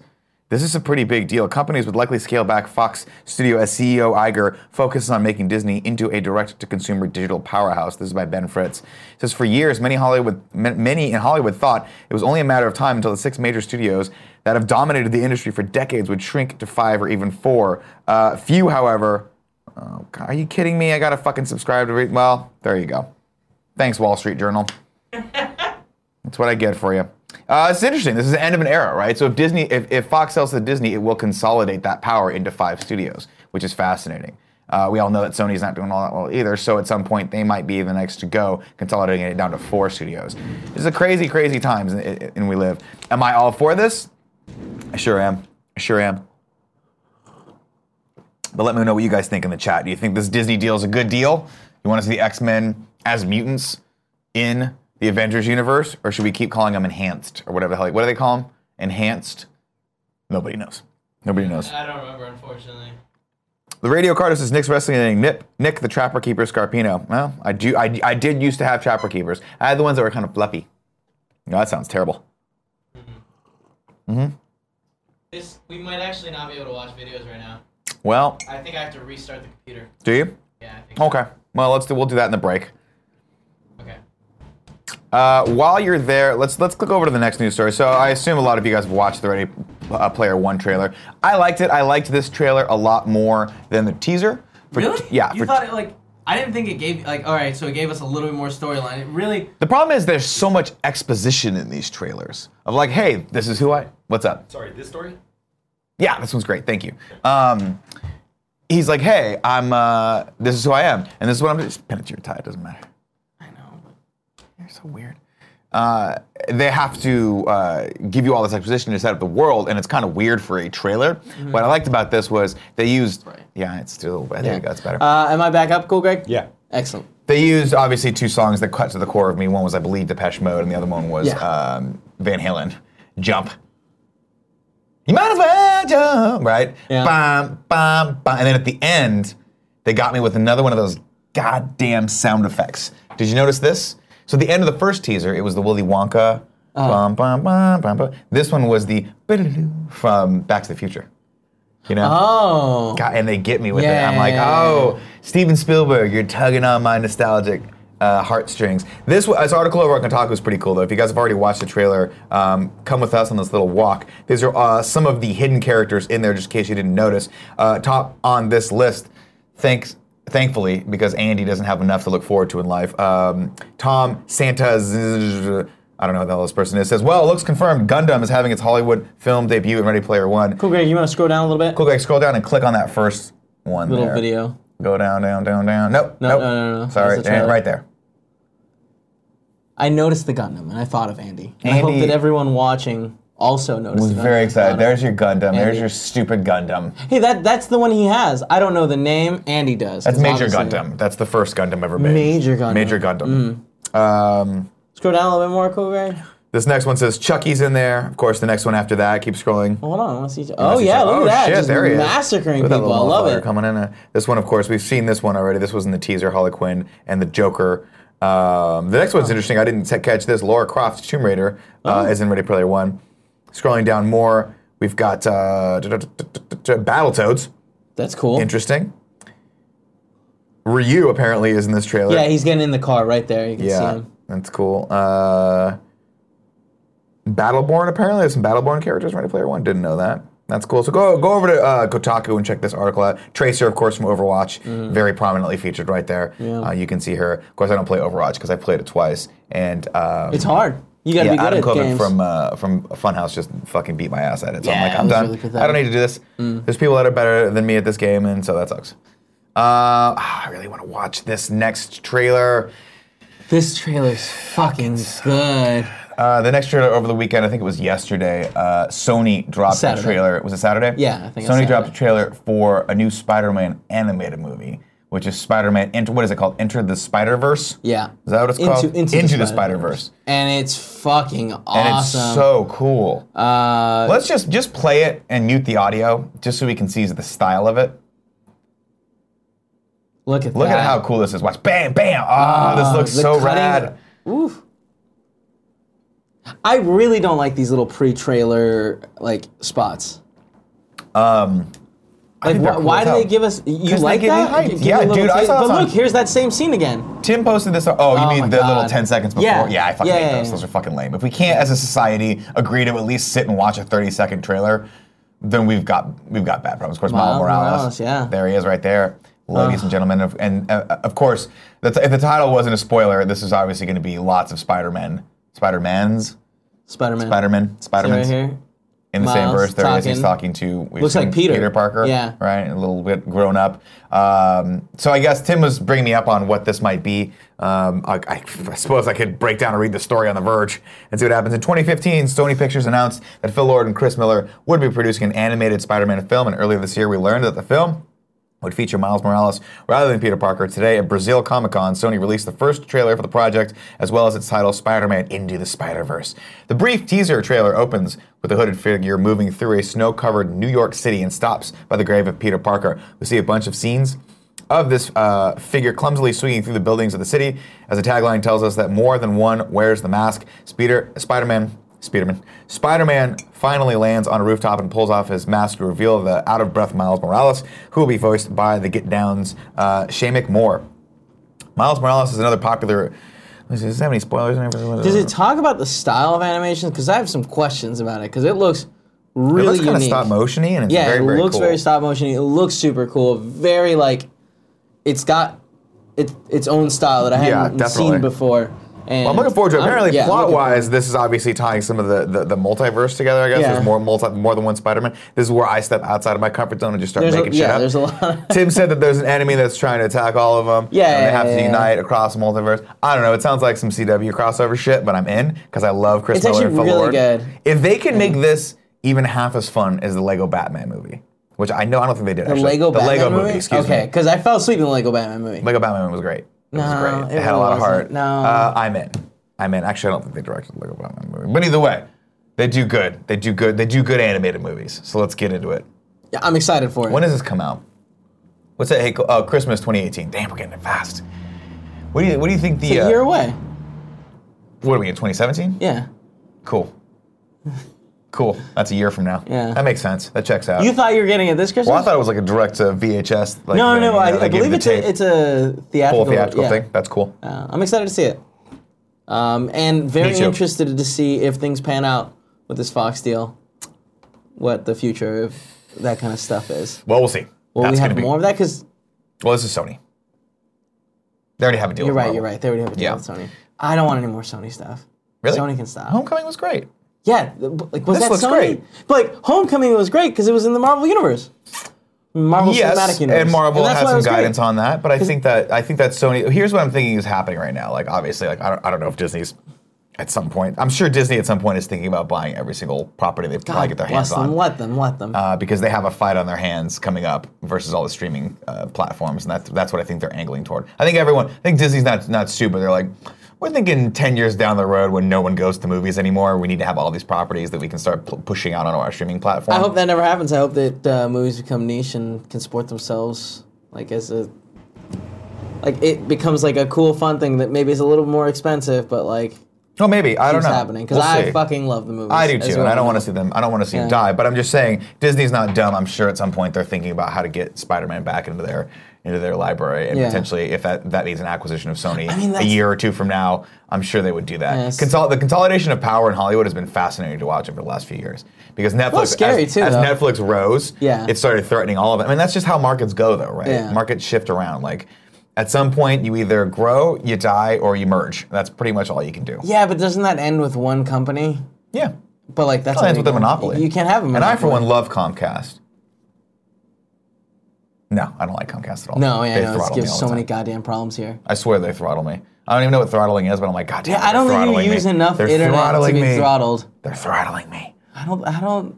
A: This is a pretty big deal. Companies would likely scale back Fox Studio as CEO Iger focuses on making Disney into a direct-to-consumer digital powerhouse. This is by Ben Fritz. It says for years, many Hollywood, ma- many in Hollywood thought it was only a matter of time until the six major studios that have dominated the industry for decades would shrink to five or even four. Uh, few, however, oh, God, are you kidding me? I gotta fucking subscribe to. Re- well, there you go. Thanks, Wall Street Journal. That's what I get for you. Uh, it's interesting. This is the end of an era, right? So if Disney, if, if Fox sells to Disney, it will consolidate that power into five studios, which is fascinating. Uh, we all know that Sony's not doing all that well either, so at some point they might be the next to go, consolidating it down to four studios. This is a crazy, crazy times in, in, in we live. Am I all for this? I sure am. I sure am. But let me know what you guys think in the chat. Do you think this Disney deal is a good deal? You want to see the X Men as mutants in the Avengers universe, or should we keep calling them enhanced or whatever the hell? What do they call them? Enhanced? Nobody knows. Nobody knows.
C: I don't remember, unfortunately.
A: The radio card says Nick's wrestling name Nip Nick the Trapper Keeper Scarpino. Well, I do I, I did used to have Trapper Keepers. I had the ones that were kind of fluffy. No, that sounds terrible.
C: This we might actually not be able to watch videos right now.
A: Well,
C: I think I have to restart the computer.
A: do you?
C: Yeah, I think.
A: Okay. Well, let's do we'll do that in the break. Oh.
C: Okay.
A: Uh, while you're there, let's let's click over to the next news story. So I assume a lot of you guys have watched the Ready uh, Player One trailer. I liked it. I liked this trailer a lot more than the teaser. For,
C: Really?
A: Yeah.
C: You
A: for-
C: thought it like I didn't think it gave like all right, so it gave us a little bit more storyline. It really
A: the problem is there's so much exposition in these trailers of like, hey, this is who I. What's up?
D: Sorry, this story?
A: Yeah, this one's great. Thank you. Um, he's like, hey, I'm. Uh, this is who I am, and this is what I'm. Just pin it to your tie. It doesn't matter.
C: I know. but-
A: You're so weird. Uh, they have to uh, give you all this exposition to set up the world, and it's kind of weird for a trailer. What I liked about this was they used.
C: Right.
A: Yeah, it's still. I think that's better.
B: Uh, am I back up, cool, Greg?
D: Yeah.
B: Excellent.
A: they used obviously two songs that cut to the core of me. One was, I believe, Depeche Mode, and the other one was
B: Yeah.
A: um, Van Halen. Jump. You might as well jump, right?
B: Yeah.
A: Bum, bum, bum. And then at the end, they got me with another one of those goddamn sound effects. Did you notice this? So at the end of the first teaser, it was the Willy Wonka.
B: Uh-huh.
A: Bum, bum, bum, bum, bum. This one was the biddaloo from Back to the Future. You know?
B: Oh.
A: God, and they get me with it. I'm
B: Yeah.
A: like, oh, Steven Spielberg, you're tugging on my nostalgic uh, heartstrings. This, wa- this article over on Kotaku is pretty cool, though. If you guys have already watched the trailer, um, come with us on this little walk. These are uh, some of the hidden characters in there, just in case you didn't notice. Uh, top on this list, thanks. Thankfully, because Andy doesn't have enough to look forward to in life, um, Tom Santa, Zzz- I don't know who the hell this person is, says, Well, it looks confirmed Gundam is having its Hollywood film debut in Ready Player One.
B: Cool, Greg, you want to scroll down a little bit?
A: Cool, guys. Scroll down and click on that first one.
B: Little
A: there.
B: video.
A: Go down, down, down, down. Nope.
B: No,
A: nope.
B: no, no, no, no.
A: Sorry,
B: That's the
A: it ain't
B: trailer.
A: right there.
B: I noticed the Gundam, and I thought of Andy. And I hope
A: Andy-
B: that everyone watching also noticed.
A: was
B: the Gundam.
A: very excited. There's your Gundam. There's
B: Andy.
A: your stupid Gundam.
B: Hey, that that's the one he has. I don't know the name. Andy does.
A: That's
B: 'cause
A: Major
B: obviously-
A: Gundam. That's the first Gundam ever made.
B: Major Gundam. Mm.
A: Major Gundam. Um,
B: Scroll down a little bit more, cool, Greg.
A: this next one says Chucky's in there. Of course, the next one after that. Keep scrolling.
B: Hold on, I want to see. Oh
A: That's
B: yeah,
A: each other.
B: look
A: oh,
B: at that.
A: Shit,
B: Just
A: there he is.
B: massacring
A: Look at that
B: people. I
A: little
B: love
A: motherfucker
B: it.
A: Coming in. Uh, This one, of course, we've seen this one already. This was in the teaser, Harley Quinn and the Joker. Um, the next one's
B: Oh.
A: interesting. I didn't t- catch this. Laura Croft's Tomb Raider uh, is in Ready Player One. Scrolling down more, we've got uh, Battletoads.
B: That's cool.
A: Interesting. Ryu apparently is in this trailer.
B: Yeah, he's getting in the car right there. You can see
A: yeah,
B: him.
A: that's cool. Uh, Battleborn apparently there's some Battleborn characters in Ready Player One. Didn't know that. That's cool. So go go over to uh, Kotaku and check this article out. Tracer, of course, from Overwatch, very prominently featured right there.
B: Mm-hmm. Yeah.
A: Uh, you can see her. Of course, I don't play Overwatch because I played it twice, and um,
B: It's hard. You got to
A: yeah,
B: be good
A: Adam
B: at
A: Kovic
B: games.
A: from uh, from Funhouse just fucking beat my ass at it. So
B: Yeah,
A: I'm
B: it was
A: like, I'm
B: really
A: done.
B: pathetic. Mm.
A: I don't need to do this. There's people that are better than me at this game, and so that sucks. Uh, ah, I really want to watch this next trailer.
B: This trailer's fucking good.
A: Uh, the next trailer over the weekend, I think it was yesterday. Uh, Sony dropped
B: Saturday.
A: a trailer. Was it Saturday?
B: Yeah, I think it's
A: Sony dropped
B: Saturday.
A: a trailer for a new Spider-Man animated movie, which is Spider-Man. Enter, what is it called? Enter the Spider-Verse.
B: Yeah.
A: Is that what it's
B: Into-
A: called?
B: Into the
A: the
B: Spider-Verse.
A: Spider-Verse.
B: And it's fucking awesome.
A: And it's so cool.
B: uh,
A: Let's just just play it and mute the audio just so we can see the style of it.
B: look at
A: Look
B: that.
A: at how cool this is. Watch. Bam, bam. Ah, this looks
B: the
A: so
B: cutting-
A: rad.
B: Oof. I really don't like these little pre-trailer like spots.
A: I
B: Like,
A: think they're
B: why,
A: cool
B: why
A: as
B: do they
A: hell.
B: give us? You
A: 'Cause they
B: like
A: give you
B: that?
A: hype.
B: Give me a
A: Yeah,
B: little
A: dude, I
B: taste.
A: saw
B: But
A: this on-
B: look, here's that same scene again.
A: Tim posted this. Oh, you
B: Oh my
A: mean the little
B: God.
A: 10 seconds before?
B: Yeah.
A: Yeah, I fucking
B: Yeah,
A: hate
B: yeah,
A: those.
B: yeah.
A: Those are fucking lame. If we can't, as a society, agree to at least sit and watch a 30 second trailer, then we've got we've got bad problems. Of course, Miles
B: Miles
A: Morales.
B: Morales, yeah.
A: There he is, right there, ladies and gentlemen. Of- And uh, of course, the t- if the title wasn't a spoiler, this is obviously going to be lots of Spider Men, Spider Mans,
B: Spider-Man.
A: Spider Men, Spider
B: See right
A: Mans.
B: here.
A: In the same
B: Miles
A: verse, there he is. He's
B: talking.
A: talking to we've
B: Looks like
A: seen
B: Peter.
A: Peter Parker,
B: Yeah.
A: right, a little bit grown up. Um, so I guess Tim was bringing me up on what this might be. Um, I, I- I suppose I could break down and read the story on The Verge and see what happens. In 2015, Sony Pictures announced that Phil Lord and Chris Miller would be producing an animated Spider-Man film, and earlier this year we learned that the film would feature Miles Morales rather than Peter Parker. Today at Brazil Comic Con, Sony released the first trailer for the project, as well as its title, Spider Man Into the Spider Verse. The brief teaser trailer opens with a hooded figure moving through a snow covered New York City and stops by the grave of Peter Parker. We see a bunch of scenes of this uh, figure clumsily swinging through the buildings of the city, as the tagline tells us that more than one wears the mask. Spider Spider-Man, Spider-Man, Spider-Man finally lands on a rooftop and pulls off his mask to reveal the out-of-breath Miles Morales, who will be voiced by the Get Down's uh, Shamik Moore. Miles Morales is another popular. Does this have any spoilers? in there?
B: Does it talk about the style of animation? Because I have some questions about it. Because it looks really
A: It looks kind of
B: unique.
A: stop motiony and it's
B: Yeah,
A: very,
B: it
A: very
B: looks
A: cool.
B: very stop motion. It looks super cool. Very like, it's got it, its own style that I
A: Yeah,
B: haven't
A: definitely.
B: seen before. And
A: Well, I'm looking forward to it.
B: I'm-
A: Apparently,
B: yeah, I'm
A: plot
B: looking
A: wise, this is obviously tying some of the, the, the multiverse together. I guess
B: Yeah.
A: there's more multi, more than one Spider-Man. This is where I step outside of my comfort zone and just start
B: There's a-
A: making shit
B: yeah,
A: up.
B: there's a lot.
A: Tim said that there's an enemy that's trying to attack all of them.
B: Yeah,
A: and they
B: yeah,
A: have
B: yeah,
A: to
B: yeah.
A: unite across multiverse. I don't know. It sounds like some CW crossover shit, but I'm in because I love Chris
B: It's
A: Miller
B: actually
A: and Phil
B: really
A: Lord.
B: good.
A: If they can make this even half as fun as the Lego Batman movie, which I know I don't think they did.
B: The
A: actually.
B: Lego
A: the
B: Batman
A: Lego
B: movie.
A: movie. Excuse
B: okay,
A: me.
B: because I fell asleep in the Lego Batman movie.
A: Lego Batman was great. It was
B: No,
A: great. It,
B: it
A: had a lot of
B: really
A: heart.
B: wasn't. No.
A: Uh, I'm in. I'm in. Actually, I don't think they directed the Lego Batman movie. But either way, they do good. They do good. They do good animated movies. So let's get into it.
B: Yeah, I'm excited for it.
A: When does this come out? What's that? Hey, uh, Christmas 2018. Damn, we're getting it fast. What do you What do you think the?
B: a
A: uh,
B: year away.
A: what are we in 2017?
B: Yeah.
A: Cool. Cool. That's a year from now.
B: Yeah.
A: That makes sense. That checks out.
B: You thought you were getting it this Christmas?
A: well, I thought it was like a direct to VHS. Like,
B: no,
A: thing,
B: no,
A: you
B: no.
A: know,
B: I,
A: they
B: I
A: gave you
B: believe
A: the
B: it's a,
A: tape.
B: it's a theatrical,
A: full theatrical
B: yeah.
A: thing. That's cool.
B: Uh, I'm excited to see it. Um, and very
A: Me too.
B: interested to see if things pan out with this Fox deal, what the future of that kind of stuff is.
A: Well, we'll see.
B: Will
A: That's
B: we
A: gonna
B: have
A: be
B: more of that? Because
A: Well, this is Sony. They already have a deal.
B: you're
A: with
B: right,
A: Marvel.
B: you're right. They already have a deal
A: Yeah.
B: with Sony. I don't want any more Sony stuff.
A: Really?
B: Sony can stop.
A: Homecoming was great.
B: yeah, th- b- like was
A: This
B: that
A: looks
B: Sony?
A: great.
B: But like Homecoming was great because it was in the Marvel universe, Marvel
A: Yes,
B: Cinematic Universe,
A: and Marvel
B: that's
A: had
B: why it
A: some
B: was great.
A: guidance on that, but I think that I think that Sony. Here's what I'm thinking is happening right now. Like obviously, like I don't, I don't know if Disney's at some point. I'm sure Disney at some point is thinking about buying every single property they probably
B: God
A: get their hands
B: bless them.
A: on.
B: Let them. Let them.
A: uh, because they have a fight on their hands coming up versus all the streaming uh, platforms, and that's that's what I think they're angling toward. I think everyone, I think Disney's not not stupid. They're like, we're thinking ten years down the road when no one goes to movies anymore, we need to have all these properties that we can start pu- pushing out on our streaming platform.
B: I hope that never happens. I hope that uh, movies become niche and can support themselves, like as a, like it becomes like a cool fun thing that maybe is a little more expensive, but like
A: oh, maybe I don't
B: it's
A: know.
B: happening because
A: We'll
B: I
A: see.
B: fucking love the movies.
A: I do
B: as
A: too,
B: well.
A: and I don't want to see them. I don't want to see them
B: Yeah.
A: die. But I'm just saying, Disney's not dumb. I'm sure at some point they're thinking about how to get Spider-Man back into their into their library, and
B: Yeah.
A: potentially if that that needs an acquisition of Sony
B: mean,
A: a
B: that's-
A: year or two from now, I'm sure they would do that.
B: Yes.
A: Consol- the consolidation of power in Hollywood has been fascinating to watch over the last few years because Netflix,
B: scary,
A: as,
B: too,
A: as
B: though.
A: Netflix rose,
B: Yeah.
A: it started threatening all of it. I mean, that's just how markets go, though, right?
B: Yeah.
A: Markets shift around, like. At some point, you either grow, you die, or you merge. That's pretty much all you can do.
B: Yeah, but doesn't that end with one company?
A: yeah.
B: But like that's
A: Well, ends with a
B: illegal.
A: monopoly.
B: You can't have a
A: And
B: monopoly.
A: I, for one, love Comcast. No, I don't like Comcast at all.
B: No, yeah,
A: they
B: no, it
A: throttle me
B: gives
A: all
B: so
A: the
B: many
A: time.
B: goddamn problems here.
A: I swear they throttle me. I don't even know what throttling is, but I'm like, God damn,
B: Yeah, I don't
A: they're
B: think you
A: throttling
B: use
A: me.
B: enough
A: they're
B: internet to
A: throttling
B: be
A: me.
B: throttled.
A: They're throttling me.
B: I don't. I don't.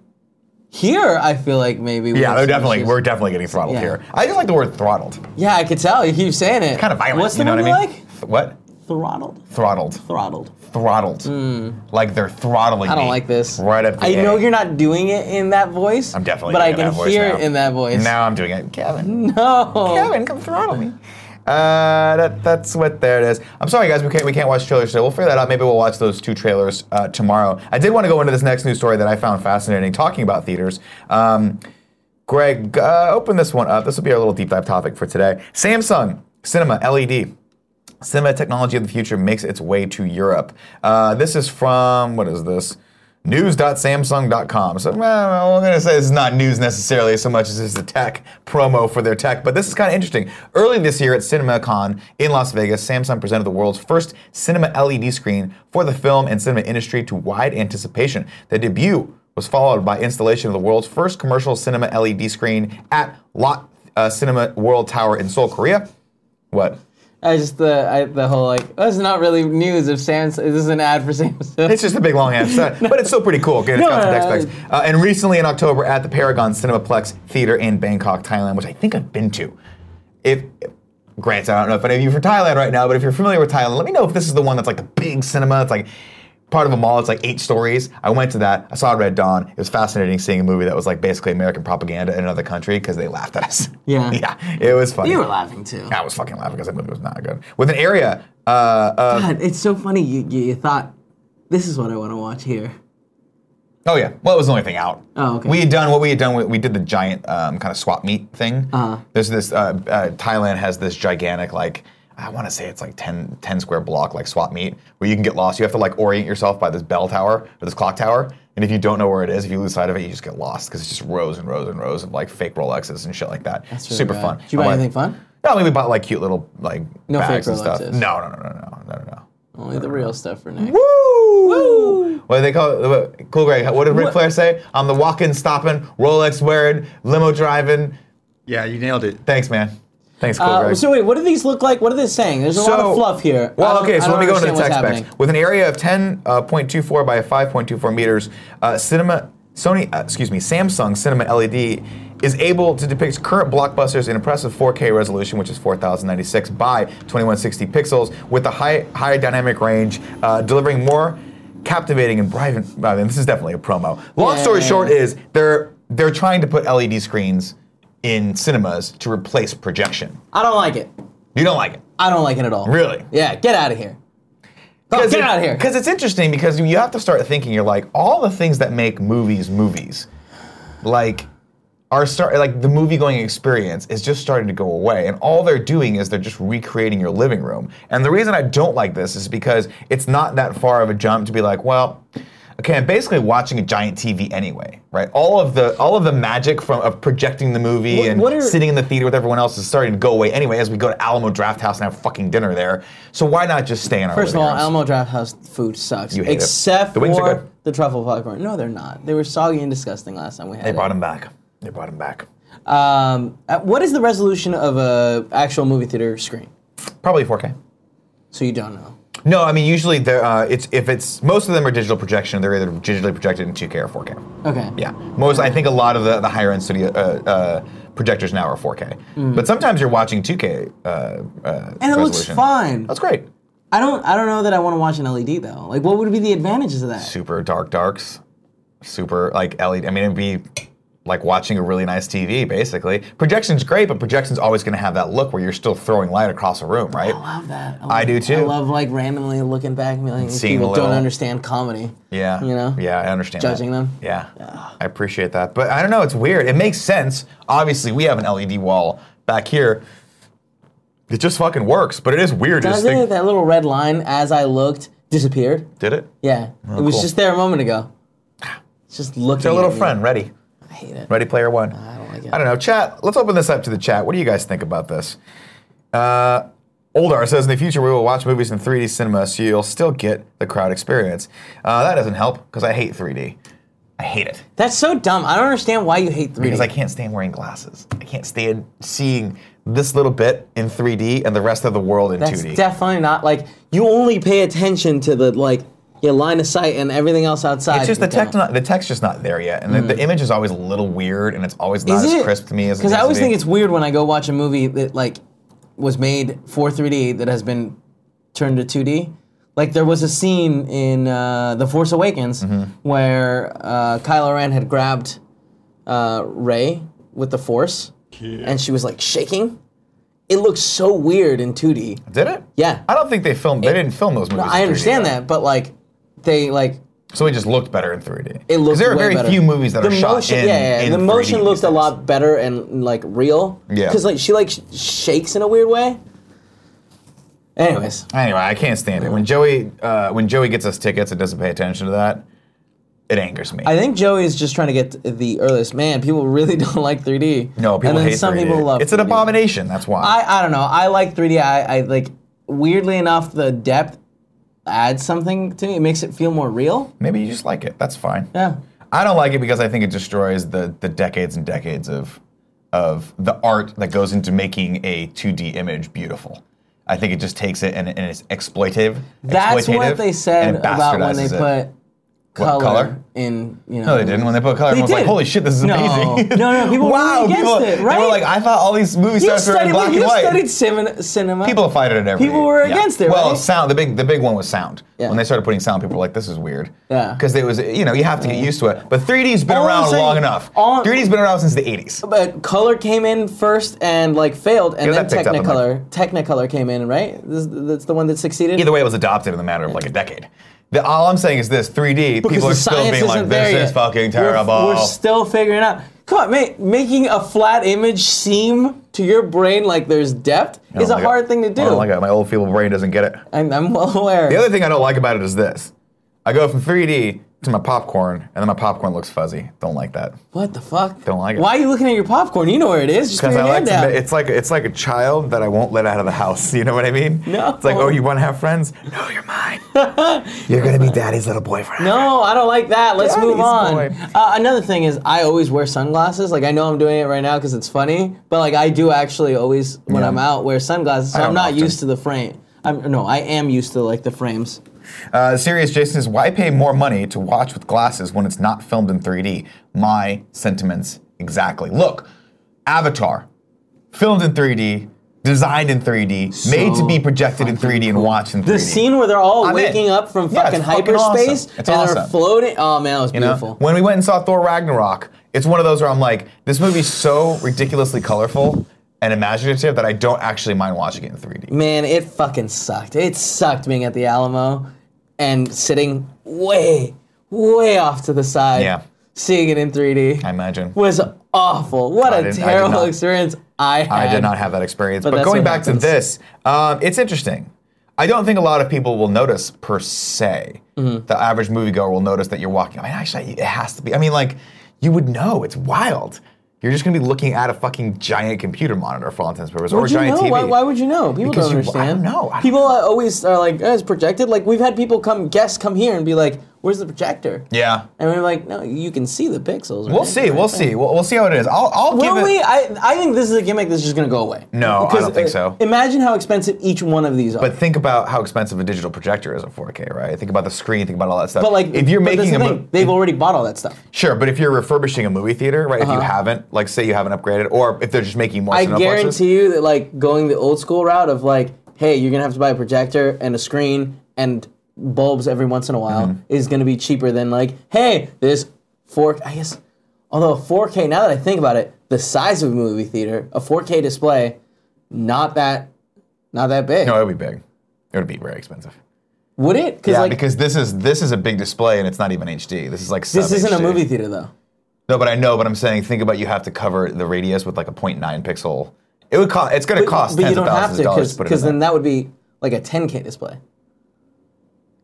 B: Here, I feel like maybe. we
A: Yeah,
B: have
A: they're
B: some
A: definitely
B: issues.
A: we're definitely getting throttled
B: Yeah.
A: here. I just like the word throttled.
B: Yeah, I could tell. You keep saying it.
A: Kind of violent.
B: What's the
A: you know
B: one
A: what I
B: you
A: mean?
B: like?
A: Th- What?
B: Throttled.
A: Throttled.
B: Throttled.
A: Throttled. Like they're throttling.
B: Hmm. I don't
A: me
B: like this.
A: Right up. The
B: I know
A: A.
B: you're not doing it in that voice.
A: I'm definitely.
B: But I
A: doing
B: can
A: that voice
B: hear
A: now.
B: it in that voice. Oh,
A: Now I'm doing it, Kevin.
B: No.
A: Kevin, come throttle me. Uh, that, that's what there it is. I'm sorry, guys. We can't we can't watch trailers today. We'll figure that out. Maybe we'll watch those two trailers uh, tomorrow. I did want to go into this next news story that I found fascinating, talking about theaters. Um, Greg, uh, open this one up. This will be our little deep dive topic for today. Samsung Cinema E LED. Cinema technology of the future makes its way to Europe. Uh, this is from, what is this? News.samsung.com. So uh, well, I'm going to say this is not news necessarily so much as it's a tech promo for their tech, but this is kind of interesting. Early this year at CinemaCon in Las Vegas, Samsung presented the world's first cinema LED screen for the film and cinema industry to wide anticipation. The debut was followed by installation of the world's first commercial cinema LED screen at Lot uh, Cinema World Tower in Seoul, Korea. What?
B: I just the I, the whole like oh, it's not really news if Sam's this is an ad for Samsung.
A: It's just a big long ass set, but it's still pretty cool. Okay, it's
B: No,
A: got some
B: no,
A: text
B: no,
A: specs. Uh, and recently in October at the Paragon Cinemaplex Theater in Bangkok, Thailand, which I think I've been to. If Grants, I don't know if any of you are from Thailand right now, but if you're familiar with Thailand, let me know if this is the one that's like the big cinema. It's like part of a mall. It's like eight stories. I went to that. I saw Red Dawn. It was fascinating seeing a movie that was like basically American propaganda in another country because they laughed at us.
B: Yeah.
A: yeah, it was funny.
B: You were laughing too.
A: I was fucking laughing because that movie was not good. With an area uh, of
B: God, it's so funny. You, you you thought this is what I want to watch here.
A: Oh yeah. Well, it was the only thing out.
B: Oh, okay.
A: We had done what we had done. We, we did the giant um, kind of swap meet thing. Uh-huh. There's this uh, uh, Thailand has this gigantic like I want to say it's like 10, 10 square block like swap meet where you can get lost. You have to like orient yourself by this bell tower or this clock tower, and if you don't know where it is, if you lose sight of it, you just get lost because it's just rows and rows and rows of like fake Rolexes and shit like that. That's
B: really
A: Super
B: bad.
A: fun.
B: Did you buy
A: I'm like-
B: anything fun?
A: No, I mean, we bought like cute little like
B: No
A: bags
B: fake
A: and stuff.
B: Rolexes.
A: No, no, no, no, no, no, no, no.
B: Only the real stuff for Nick.
A: Woo! What do they call it? What- Cool Greg. What did Ric Flair say? I'm the walking, stopping, Rolex wearing, limo driving.
D: Yeah, you nailed it.
A: Thanks, man. Thanks, Cool
B: Uh,
A: Greg.
B: so wait, what do these look like? What are they saying? There's a lot of fluff here. I
A: Well,
B: don't-
A: okay, so
B: I
A: let me go
B: don't
A: into the
B: understand
A: text
B: what's
A: specs.
B: happening.
A: With an area of uh, 10.24 by 5.24 meters, uh, cinema Sony, uh, excuse me, Samsung Cinema LED is able to depict current blockbusters in impressive 4K resolution, which is 4096 by 2160 pixels, with a high high dynamic range, uh, delivering more captivating and private. I mean, this is definitely a promo. Long story
B: Yeah.
A: short is they're they're trying to put LED screens in cinemas to replace projection.
B: I don't like it.
A: You don't like it.
B: I don't like it at all.
A: Really?
B: Yeah, get out of here. Go,
A: Because
B: Oh, get
A: it-
B: out of here.
A: Because it's interesting because you have to start thinking. You're like all the things that make movies movies, like are start like the movie going experience is just starting to go away, and all they're doing is they're just recreating your living room. And the reason I don't like this is because it's not that far of a jump to be like, well. Okay, I'm basically watching a giant TV anyway, right? All of the all of the magic from of projecting the movie
B: What-
A: and
B: what are-
A: sitting in the theater with everyone else is starting to go away anyway. As we go to Alamo Draft House and have fucking dinner there, so why not just stay in our
B: First of
A: living
B: all,
A: rooms?
B: Alamo Draft House food sucks.
A: You hate it.
B: except
A: The wings are
B: for
A: good.
B: the truffle popcorn. No, they're not. They were soggy and disgusting last time we had
A: They
B: it.
A: brought him back. They brought him back.
B: Um, uh, what is the resolution of a actual movie theater screen?
A: Probably 4K.
B: So you don't know.
A: No, I mean usually they're, uh, it's if it's most of them are digital projection. They're either digitally projected in 2K or 4K.
B: Okay.
A: Yeah, most I think a lot of the, the higher end studio uh, uh, projectors now are 4K. But sometimes you're watching 2K. Uh, uh,
B: And it looks
A: resolution.
B: fine.
A: That's great.
B: I don't. I don't know that I want to watch an LED though. Like, what would be the advantages of that?
A: Super dark darks. Super like LED. I mean it'd be like watching a really nice TV basically. Projection's great, but projection's always going to have that look where you're still throwing light across a room, right?
B: I love that. I, love,
A: I do, too.
B: I love like randomly looking back and being like, these
A: Seeing
B: people
A: a little-
B: don't understand comedy.
A: Yeah.
B: You know?
A: Yeah, I understand.
B: Judging
A: that.
B: them.
A: Yeah. I appreciate that. But I don't know, it's weird. It makes sense. Obviously, we have an LED wall back here. It just fucking works, but it is weird. to just
B: Doesn't
A: think-
B: it? That little red line as I looked disappeared.
A: Did it?
B: Yeah. it was
A: Oh, cool.
B: just there a moment ago. It's just looking.
A: It's our little
B: at me.
A: friend, Ready.
B: I hate it.
A: Ready Player One.
B: I don't like it.
A: I don't know. Chat, let's open this up to the chat. What do you guys think about this? Uh, Oldar says in the future we will watch movies in 3D cinema, so you'll still get the crowd experience. Uh, that doesn't help because I hate 3D. I hate it.
B: That's so dumb. I don't understand why you hate 3D.
A: because I can't stand wearing glasses. I can't stand seeing this little bit in 3D and the rest of the world in
B: That's
A: 2D.
B: definitely not like you only pay attention to the like your line of sight and everything else outside.
A: It's just the
B: you can't.
A: text, not, the text's just not there yet, and
B: Mm.
A: the, the image is always a little weird, and it's always not as crisp to me as. it
B: because I
A: needs to
B: always
A: be.
B: think it's weird when I go watch a movie that like was made for 3D that has been turned to 2D. Like there was a scene in uh, The Force Awakens
A: Mm-hmm.
B: where uh, Kylo Ren had grabbed uh, Rey with the Force, and she was like shaking. It looked so weird in 2D.
A: Did it?
B: Yeah.
A: I don't think they filmed. They didn't film those movies. in
B: I
A: 3D,
B: understand
A: though.
B: that, but like they like
A: So it just looked better in 3D.
B: it
A: Because
B: looked
A: there are
B: way
A: very
B: better.
A: few movies that
B: the
A: are shot
B: motion,
A: in,
B: yeah, yeah,
A: in
B: the
A: 3D
B: motion
A: these
B: looked a
A: days.
B: lot better and like real.
A: Yeah.
B: because like she like sh- shakes in a weird way. Anyways,
A: Anyway, I can't stand it when Joey uh, when Joey gets us tickets and doesn't pay attention to that. It angers me.
B: I think Joey is just trying to get the earliest man. People really don't like 3D.
A: no, people
B: and then
A: hate
B: some
A: 3D.
B: people love.
A: It's an
B: 3D.
A: abomination. That's why.
B: I I don't know. I like 3D. I, I like weirdly enough the depth adds something to me. It makes it feel more real.
A: Maybe you just like it. That's fine.
B: Yeah.
A: I don't like it because I think it destroys the the decades and decades of of the art that goes into making a 2D image beautiful. I think it just takes it and, and it's exploitive.
B: That's
A: exploitative,
B: what they said
A: and it
B: about when they
A: bastardizes it.
B: put color,
A: color?
B: in. You know,
A: No, they didn't. When they put color, everyone
B: They
A: was like,
B: did.
A: "Holy shit, this is
B: No.
A: amazing!"
B: No, no, people were
A: wow,
B: really against
A: people,
B: it,
A: They
B: right?
A: were like, "I thought all these movie
B: You
A: stars were in
B: studied,
A: black
B: you
A: and white."
B: studied cinem- cinema.
A: people fighted it every.
B: People were against it,
A: Well,
B: right?
A: sound. The big, the big one was sound.
B: Yeah.
A: When they started putting sound, people were like, "This is weird."
B: Yeah.
A: Because it was, you know, you have to get used to it. But 3D's been
B: All I'm
A: around
B: saying-
A: long enough.
B: all-
A: 3D's been around since the 80s.
B: But color came in first and like failed, and
A: Yeah,
B: then
A: that picked up on
B: Technicolor. Technicolor came in, right? This, that's the one that succeeded.
A: Either way, it was adopted in the matter of like a decade. The, all I'm saying is this: 3D, people are
B: the
A: still
B: science
A: being like,
B: isn't there
A: "This is
B: yet.
A: fucking
B: We're-
A: terrible."
B: We're, still figuring it out. Come on, mate. Making a flat image seem to your brain like there's depth
A: I don't
B: is a
A: like it.
B: hard thing to do.
A: I don't like it. Oh My old feeble brain doesn't get it.
B: I'm, I'm well aware.
A: The other thing I don't like about it is this: I go from 3D to my popcorn, and then my popcorn looks fuzzy. Don't like that.
B: What the fuck?
A: Don't like it.
B: Why are you looking at your popcorn? You know where it is. Just put
A: Because
B: your
A: I like
B: hand
A: to,
B: down.
A: ma- it's like it's like a child that I won't let out of the house. You know what I mean?
B: No.
A: It's like, oh, you want to have friends? No, you're mine. you're gonna be daddy's little boyfriend.
B: No, I don't like that. Let's
A: Daddy's
B: move on.
A: boy.
B: Uh, another thing is, I always wear sunglasses. Like I know I'm doing it right now because it's funny, but like I do actually always when
A: Yeah.
B: I'm out wear sunglasses. So
A: I
B: I'm
A: don't
B: not
A: often.
B: used to the frame. I'm no, I am used to like the frames.
A: Uh, serious Jason says, why pay more money to watch with glasses when it's not filmed in 3D? My sentiments exactly. Look, Avatar, filmed in 3D, designed in 3D, made to be projected in 3D and watched in 3D.
B: The scene where they're all
A: I'm in.
B: waking up from
A: Yeah,
B: fucking
A: it's fucking
B: hyperspace
A: awesome. It's
B: and they're
A: awesome.
B: floating. Oh man, that was
A: You know?
B: beautiful.
A: When we went and saw Thor Ragnarok, it's one of those where I'm like, this movie's so ridiculously colorful and imaginative that I don't actually mind watching it in 3D.
B: Man, it fucking sucked. It sucked being at the Alamo and sitting way, way off to the side.
A: Yeah.
B: Seeing it in 3D.
A: I imagine.
B: was awful. What a
A: didn't- I did
B: terrible
A: not-
B: experience I had.
A: I did not have that experience. But,
B: that's
A: going
B: what
A: back
B: happens.
A: to this, um, it's interesting. I don't think a lot of people will notice per se.
B: Mm-hmm.
A: The average moviegoer will notice that you're walking. I mean, actually, it has to be. I mean, like, you would know. It's wild. You're just gonna be looking at a fucking giant computer monitor for all intents and purposes, or a
B: Would you
A: giant
B: know?
A: TV.
B: Why, why would you know? People
A: Because
B: don't
A: you- I don't
B: understand.
A: know. I don't
B: people uh always are like, oh, it's projected. Like we've had people come guests come here and be like, where's the projector?
A: yeah.
B: And we're like, no, you can see the pixels.
A: We'll
B: right?
A: see. We'll see. We'll, we'll see how it is. I'll, I'll give
B: Will
A: it.
B: we? I, I think this is a gimmick that's just gonna go away.
A: No, I
B: Because,
A: don't think
B: uh,
A: so.
B: Imagine how expensive each one of these are.
A: But think about how expensive a digital projector is at 4K, right? Think about the screen, think about all that stuff.
B: But like,
A: if you're
B: but that's
A: making a
B: the
A: mo-
B: thing, they've already bought all that stuff.
A: sure, but if you're refurbishing a movie theater, right? If you haven't, like, say you haven't upgraded, or if they're just making more
B: Uh-huh. I
A: cinepluxes,
B: guarantee you that like going the old school route of like, hey, you're gonna have to buy a projector and a screen and bulbs every once in a while
A: Mm-hmm.
B: is gonna be cheaper than like, hey, this four. I guess although 4K. Now that I think about it, the size of a movie theater, a 4K display, not that, not that big.
A: no, it would be big. It would be very expensive.
B: Would it? Cause
A: Yeah,
B: like
A: because this is this is a big display and it's not even HD. This is like
B: this
A: sub
B: isn't a
A: HD.
B: movie theater though.
A: No, but I know. But I'm saying, think about you have to cover the radius with like a 0.9 pixel. It would cost. It's going to cost
B: but
A: tens
B: you
A: of
B: don't have
A: thousands
B: to
A: of dollars to put it in.
B: because
A: there.
B: then that would be like a 10k display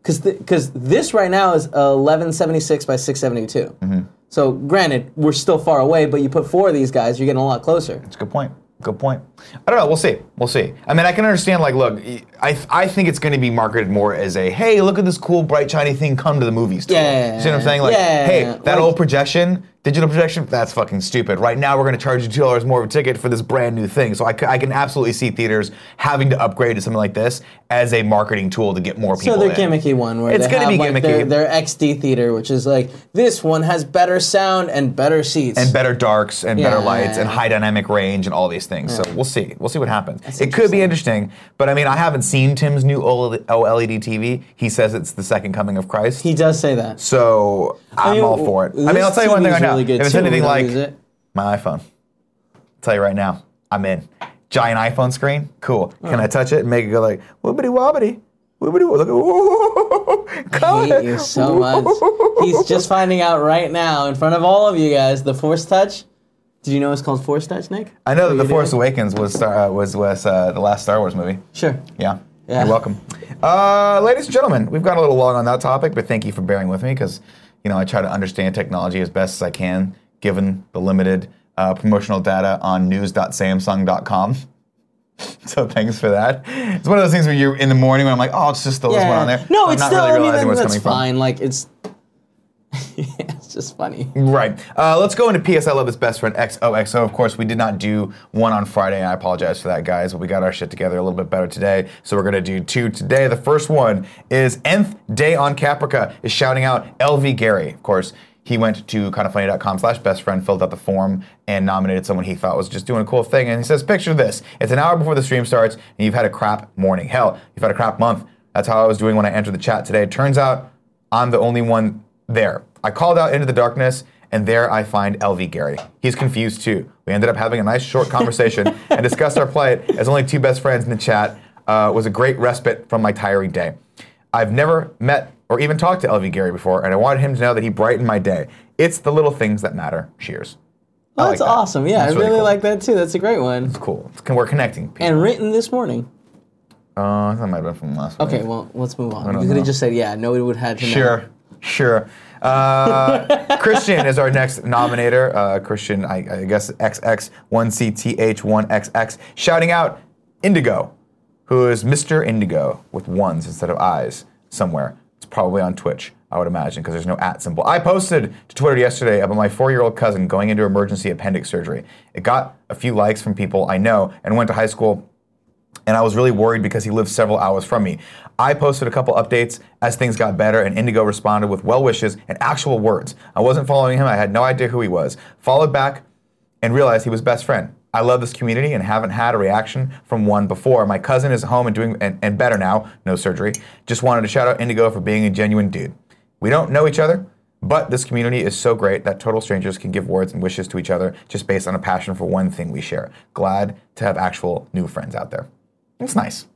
B: because because this right now is 1176 by 672
A: Mm-hmm.
B: so granted we're still far away but you put four of these guys you're getting a lot closer
A: It's a good point. Good point. I don't know. We'll see. We'll see. I mean, I can understand. Like, look, I I think it's going to be marketed more as a hey, look at this cool, bright, shiny thing. Come to the movies. tool."
B: Yeah,
A: You see what I'm saying? Like,
B: yeah,
A: hey,
B: yeah.
A: that
B: Like-
A: old projection. Digital projection? That's fucking stupid. Right now, we're going to charge you $2 more of a ticket for this brand new thing. So I, c- I can absolutely see theaters having to upgrade to something like this as a marketing tool to get more people
B: So their
A: in.
B: gimmicky one where
A: It's
B: they
A: gonna
B: have
A: be
B: like their,
A: gimmicky.
B: their XD theater, which is like this one has better sound and better seats.
A: and better darks and better
B: Yeah.
A: lights and high dynamic range and all these things. So we'll see. We'll see what happens. it could be interesting, but I mean, I haven't seen Tim's new OLED TV. He says it's the second coming of Christ.
B: he does say that.
A: so I'm
B: mean,
A: all for it. I
B: this
A: mean, I'll tell you one thing
B: TV
A: right
B: is
A: now.
B: really good
A: if it's
B: too.
A: anything
B: We don't
A: like
B: use it.
A: my iPhone, I'll tell you right now, I'm in. Giant iPhone screen, cool. Can I touch it and make it go like wobbity wobbity? Wobbity wobbity. Look at ooh,
B: I
A: color.
B: hate you so much. He's just finding out right now in front of all of you guys the Force Touch. Did you know it's called Force Touch, Nick?
A: I know that The
B: What you
A: Force
B: doing?
A: Awakens was Star, uh, was was uh, the last Star Wars movie.
B: Sure.
A: Yeah.
B: Yeah.
A: You're welcome. Uh, ladies and gentlemen, we've gone a little long on that topic, but thank you for bearing with me because, you know, I try to understand technology as best as I can, given the limited uh, promotional data on news.samsung.com. So thanks for that. It's one of those things where you're in the morning when I'm like, oh, it's just the last one on there.
B: No,
A: I'm
B: it's
A: not
B: still.
A: really
B: I
A: realizing
B: mean,
A: where
B: that-
A: it's coming
B: that's
A: from.
B: fine. Like it's. it's just funny.
A: Right. Uh, let's go into PS I Love His Best Friend XOXO. Of course, we did not do one on Friday. I apologize for that, guys, but we got our shit together a little bit better today. So we're going to do two today. The first one is Nth Day on Caprica is shouting out LV Gary. Of course, he went to kindoffunny.com slash best friend, filled out the form, and nominated someone he thought was just doing a cool thing. And he says, Picture this. It's an hour before the stream starts, and you've had a crap morning. Hell, you've had a crap month. That's how I was doing when I entered the chat today. Turns out I'm the only one there. I called out into the darkness, and there I find LV Gary. He's confused too. We ended up having a nice short conversation and discussed our plight as only two best friends in the chat. Uh, was a great respite from my tiring day. I've never met or even talked to LV Gary before, and I wanted him to know that he brightened my day. It's the little things that matter. Cheers. I like
B: that's
A: that.
B: Oh, awesome. Yeah,
A: That's
B: I
A: really
B: really,
A: cool.
B: like that too. That's a great one.
A: It's cool. It's- we're connecting. people.
B: And written this morning.
A: Uh, that might have been from last week.
B: Okay, well, let's move on.
A: don't
B: You could
A: know.
B: have just said, yeah, nobody would have had to know.
A: Sure, sure. Uh, Christian is our next nominator. Uh, Christian, I, I guess XX1CTH1XX, shouting out Indigo, who is Mr. Indigo with ones instead of eyes somewhere. It's probably on Twitch, I would imagine, because there's no at symbol. I posted to Twitter yesterday about my four year old cousin going into emergency appendix surgery. It got a few likes from people I know and went to high school and I was really worried because he lived several hours from me. I posted a couple updates as things got better, and Indigo responded with well wishes and actual words. I wasn't following him, I had no idea who he was. Followed back and realized he was best friend. I love this community and haven't had a reaction from one before. My cousin is home and doing and, and better now, no surgery. Just wanted to shout out Indigo for being a genuine dude. We don't know each other, but this community is so great that total strangers can give words and wishes to each other just based on a passion for one thing we share. Glad to have actual new friends out there. It's nice.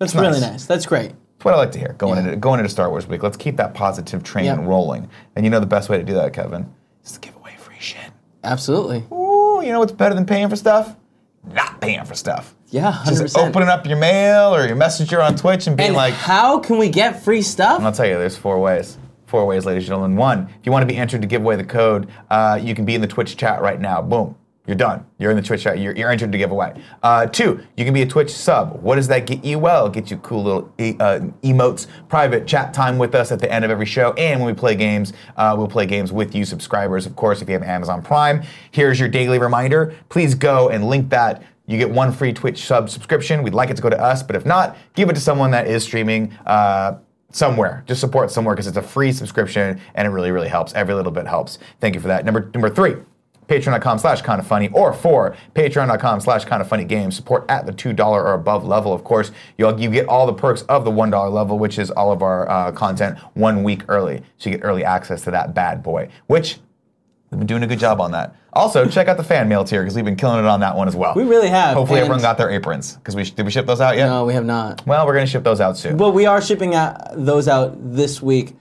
B: That's really
A: nice.
B: nice. That's great.
A: It's what I like to hear going into going into Star Wars week. Let's keep that positive train
B: Yeah.
A: rolling. And you know the best way to do that, Kevin, is to give away free shit.
B: Absolutely.
A: Ooh, you know what's better than paying for stuff? Not paying for stuff.
B: Yeah, hundred
A: Just
B: percent.
A: opening up your mail or your messenger on Twitch and being
B: And
A: like,
B: how can we get free stuff?
A: And I'll tell you, there's four ways. Four ways, ladies and gentlemen. One, if you want to be entered to give away the code, uh, you can be in the Twitch chat right now. Boom. You're done. You're in the Twitch chat. You're, you're entered to give away. Uh, two, you can be a Twitch sub. What does that get you? Well, it gets you cool little e- uh, emotes, private chat time with us at the end of every show. And when we play games, uh, we'll play games with you subscribers. Of course, if you have Amazon Prime, here's your daily reminder. Please go and link that you get one free Twitch sub subscription. We'd like it to go to us, but if not, give it to someone that is streaming uh, somewhere. Just support somewhere because it's a free subscription and it really, really helps. Every little bit helps. Thank you for that. Number number three. Patreon.com slash kind of funny or four patreon.com slash kind of funny games. Support at the $2 or above level, of course. You'll, you get all the perks of the $1 level, which is all of our uh, content one week early. So you get early access to that bad boy, which They've been doing a good job on that. Also, check out the fan mail tier because we've been killing it on that one as well.
B: We really have,
A: Hopefully,
B: and-
A: everyone got their aprons because we sh- did we ship those out yet?
B: No, we have not.
A: Well, we're gonna ship those out soon.
B: But we are shipping out those out this week,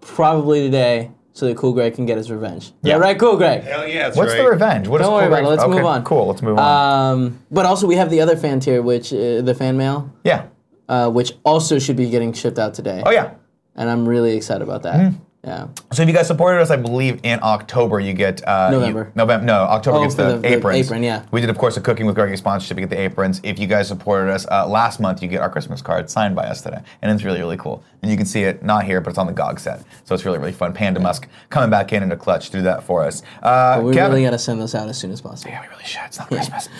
B: probably today, so that Cool Greg can get his revenge. Yeah,
A: Yeah.
B: right, Cool Greg.
D: Hell yeah, that's
A: What's
D: right.
A: the revenge? What is
B: Don't worry
A: cool
B: about
A: revenge-
B: it. Let's
A: okay,
B: move on.
A: Cool. Let's move on.
B: Um, but also we have the other fan tier, which uh, the fan mail,
A: yeah.
B: uh, which also should be getting shipped out today.
A: Oh yeah. Mm-hmm. Uh,
B: And I'm really excited about that. Yeah.
A: So if you guys supported us, I believe in October you get uh,
B: November.
A: you- November. No, October
B: Oh,
A: gets
B: for
A: the,
B: the- the
A: aprons.
B: apron, yeah.
A: We did, of course, a cooking with Greggy sponsorship. You get the aprons. If you guys supported us uh, last month, you get our Christmas card signed by us today, and it's really really cool. And you can see it not here, but it's on the GOG set. So it's really really fun. Panda Musk coming back in into clutch to do that for us. Uh,
B: We
A: Kevin.
B: really gotta send those out as soon as possible.
A: yeah, we really should. It's not Christmas.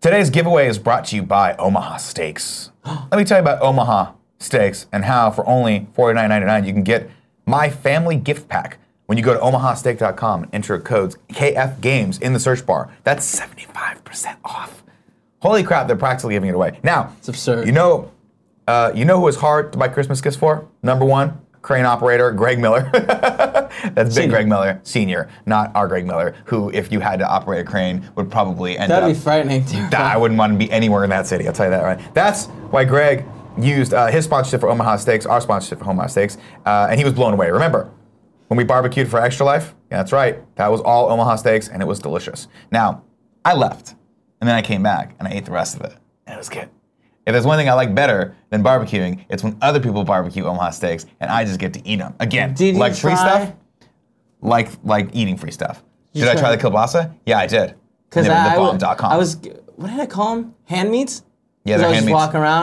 A: Today's giveaway is brought to you by Omaha Steaks. Let me tell you about Omaha Steaks and how for only $49.99 you can get my family gift pack when you go to omahasteak.com and enter codes KF Games in the search bar. That's 75% off. Holy crap, they're practically giving it away. Now, it's
B: absurd.
A: You know, uh, you know who is hard to buy Christmas gifts for? Number one, crane operator Greg Miller. That's big
B: Senior.
A: Greg Miller, senior, not our Greg Miller, who, if you had to operate a crane, would probably end up
B: That'd be frightening. Too.
A: that I wouldn't want to be anywhere in that city. I'll tell you that right. That's why Greg used uh, his sponsorship for Omaha Steaks, our sponsorship for Omaha Steaks, uh, and he was blown away. Remember when we barbecued for Extra Life? Yeah, that's right. That was all Omaha Steaks, and it was delicious. Now I left, and then I came back and I ate the rest of it, and it was good. If there's one thing I like better than barbecuing, it's when other people barbecue Omaha Steaks and I just get to eat them. Again,
B: Did you
A: like free
B: try-
A: stuff, like like eating free stuff.
B: You
A: did I try
B: try-
A: the kielbasa? Yeah, I did.
B: Because
A: And then
B: I, I,
A: thebomb.com.
B: wa- I was, what did I call them? Hand meats?
A: Yeah,
B: 'Cause
A: they're
B: I was
A: hand meats. Mm-hmm.
B: just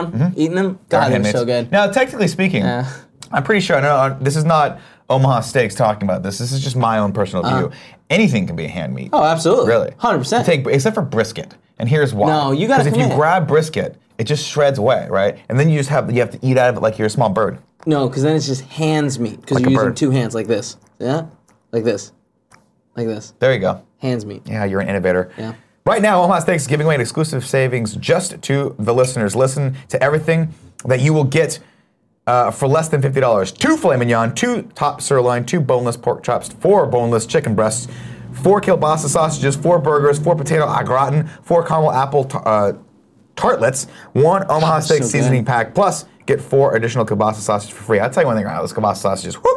B: walking around eating them. God, Ah, they're
A: handmade.
B: so good.
A: Now, technically speaking,
B: Yeah.
A: I'm pretty sure. No, no, this is not Omaha Steaks talking about this. This is just my own personal view. Anything can be a hand meat.
B: Uh. Oh, absolutely.
A: really?
B: Hundred
A: You
B: percent.
A: Take except for brisket, and here's why.
B: No, you gotta
A: Because if you
B: commit.
A: grab brisket, it just shreds away, right? And then you just have you have to eat out of it like you're a small bird.
B: No, because then it's just hands meat. Because
A: Like
B: you're
A: a
B: using
A: bird.
B: two hands like this. Yeah, like this, like this.
A: There you go.
B: Hands meat.
A: Yeah, you're an innovator.
B: Yeah.
A: Right now, Omaha Steaks is giving away an exclusive savings just to the listeners. Listen to everything that you will get uh, for less than $50. Two filet mignon, two top sirloin, two boneless pork chops, four boneless chicken breasts, four kielbasa sausages, four burgers, four potato au gratin, four caramel apple t- uh, tartlets, one Omaha Steak
B: so
A: seasoning
B: good.
A: pack, plus get four additional kielbasa sausages for free. I'll tell you one thing right now, those kielbasa sausages, woo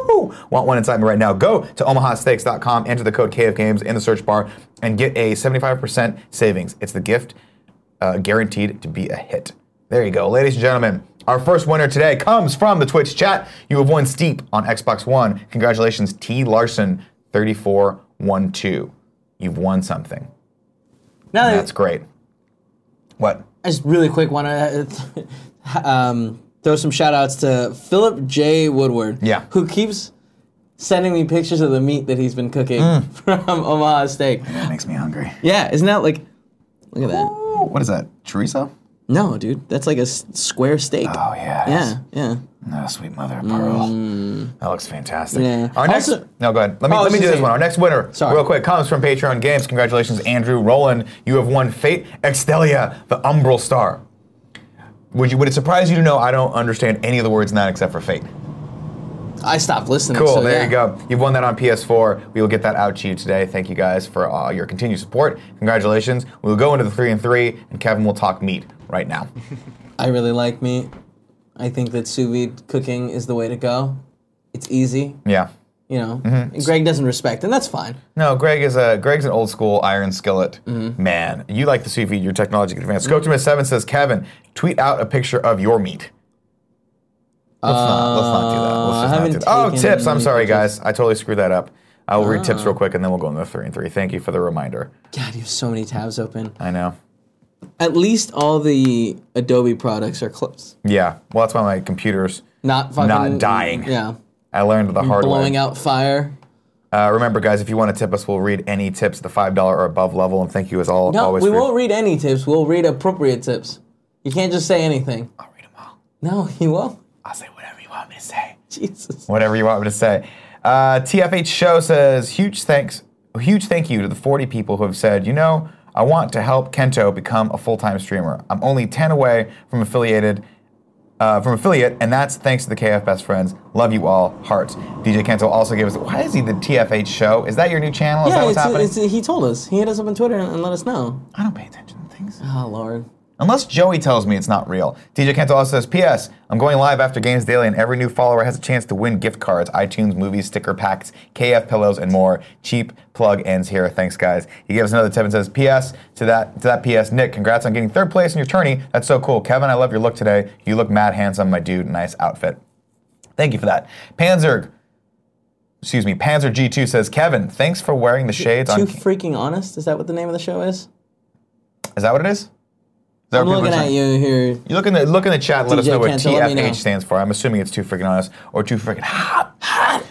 A: Want one inside me right now. Go to omahasteaks.com, enter the code KFGames in the search bar, and get a 75% savings. It's the gift uh, guaranteed to be a hit. There you go. Ladies and gentlemen, our first winner today comes from the Twitch chat. You have won Steep on Xbox One. Congratulations, T. Larson, 3412. You've won something.
B: Now that-
A: That's great. What?
B: I just really quick want to um, throw some shout outs to Philip J. Woodward.
A: Yeah.
B: Who keeps sending me pictures of the meat that he's been cooking
A: Mm.
B: from Omaha Steak.
A: That makes me hungry.
B: Yeah, isn't that like, look at that.
A: Ooh, What is that? Chorizo?
B: No, dude, that's like a s- square steak.
A: Oh yeah.
B: Yeah, yeah.
A: Oh, sweet mother of pearl. That looks fantastic.
B: Yeah.
A: Our next
B: Also-
A: No, go ahead. Let me
B: Oh, I
A: let
B: was
A: me do
B: just
A: this
B: saying-
A: one. Our next winner,
B: Sorry.
A: real quick, comes from Patreon Games. Congratulations, Andrew Roland. You have won Fate Extelia, the Umbral Star. Would you would it surprise you to know I don't understand any of the words in that except for fate?
B: I stopped listening.
A: Cool.
B: so
A: there
B: yeah.
A: you go. You've won that on PS4. We will get that out to you today. Thank you guys for uh, your continued support. Congratulations. We'll go into the three and three, and Kevin will talk meat right now.
B: I really like meat. I think that sous vide cooking is the way to go. It's easy,
A: yeah.
B: you know.
A: Mm-hmm.
B: And Greg doesn't respect, and that's fine.
A: No, Greg is a Greg's an old school iron skillet
B: Mm-hmm.
A: man. You like the sous vide, your technology can advance. Scoptimus Seven says, Kevin, tweet out a picture of your meat. Let's not let's not do that.
B: Uh, I
A: Let's just not
B: haven't
A: do that. Oh,
B: taken
A: tips. I'm
B: any Ah.
A: sorry, guys. I totally screwed that up. I will read tips real quick, and then we'll go into the three and three. Thank you for the reminder.
B: God, you have so many tabs open.
A: I know.
B: At least all the Adobe products are close.
A: Yeah. Well, that's why my computer's.
B: Not fucking
A: Not dying.
B: Yeah.
A: I learned the hard way.
B: Blowing out fire.
A: Uh, remember, guys, if you want to tip us, we'll read any tips at the five dollar or above level. And thank you as all
B: No,
A: always.
B: we
A: for your-
B: won't read any tips. We'll read appropriate tips. You can't just say anything.
A: I'll read them all.
B: No, you won't.
A: I'll say whatever you want me to say.
B: Jesus.
A: whatever you want me to say. Uh, TFH Show says huge thanks, huge thank you to the 40 people who have said, you know, I want to help Kento become a full-time streamer. I'm only 10 away from affiliated, uh, from affiliate, and that's thanks to the KF Best Friends. Love you all, hearts. DJ Kento also gave us. Why is he the TFH Show? Is that your new channel? Is that
B: Yeah,
A: what's happening?
B: it's, it's, he told us. He hit us up on Twitter and, and let us know.
A: I don't pay attention to things.
B: Oh, Lord.
A: Unless Joey tells me it's not real. DJ Kento also says, P.S. I'm going live after Games Daily, and every new follower has a chance to win gift cards, iTunes, movies, sticker packs, KF pillows, and more. Cheap plug ends here. Thanks, guys. He gives another tip and says, P.S. to that to that P.S. Nick, congrats on getting third place in your tourney. That's so cool. Kevin, I love your look today. You look mad handsome, my dude. Nice outfit. Thank you for that. Panzerg excuse me, Panzer G2 says, Kevin, thanks for wearing the shades
B: Too
A: on.
B: freaking honest. Is that what the name of the show is?
A: Is that what it is? Is that
B: I'm
A: what people
B: looking
A: are
B: at
A: saying?
B: you here.
A: You look in the look in the chat. Let us
B: DJ
A: know what
B: Cantor, let me know.
A: TFH stands for. I'm assuming it's too freaking honest or too freaking hot. Hot.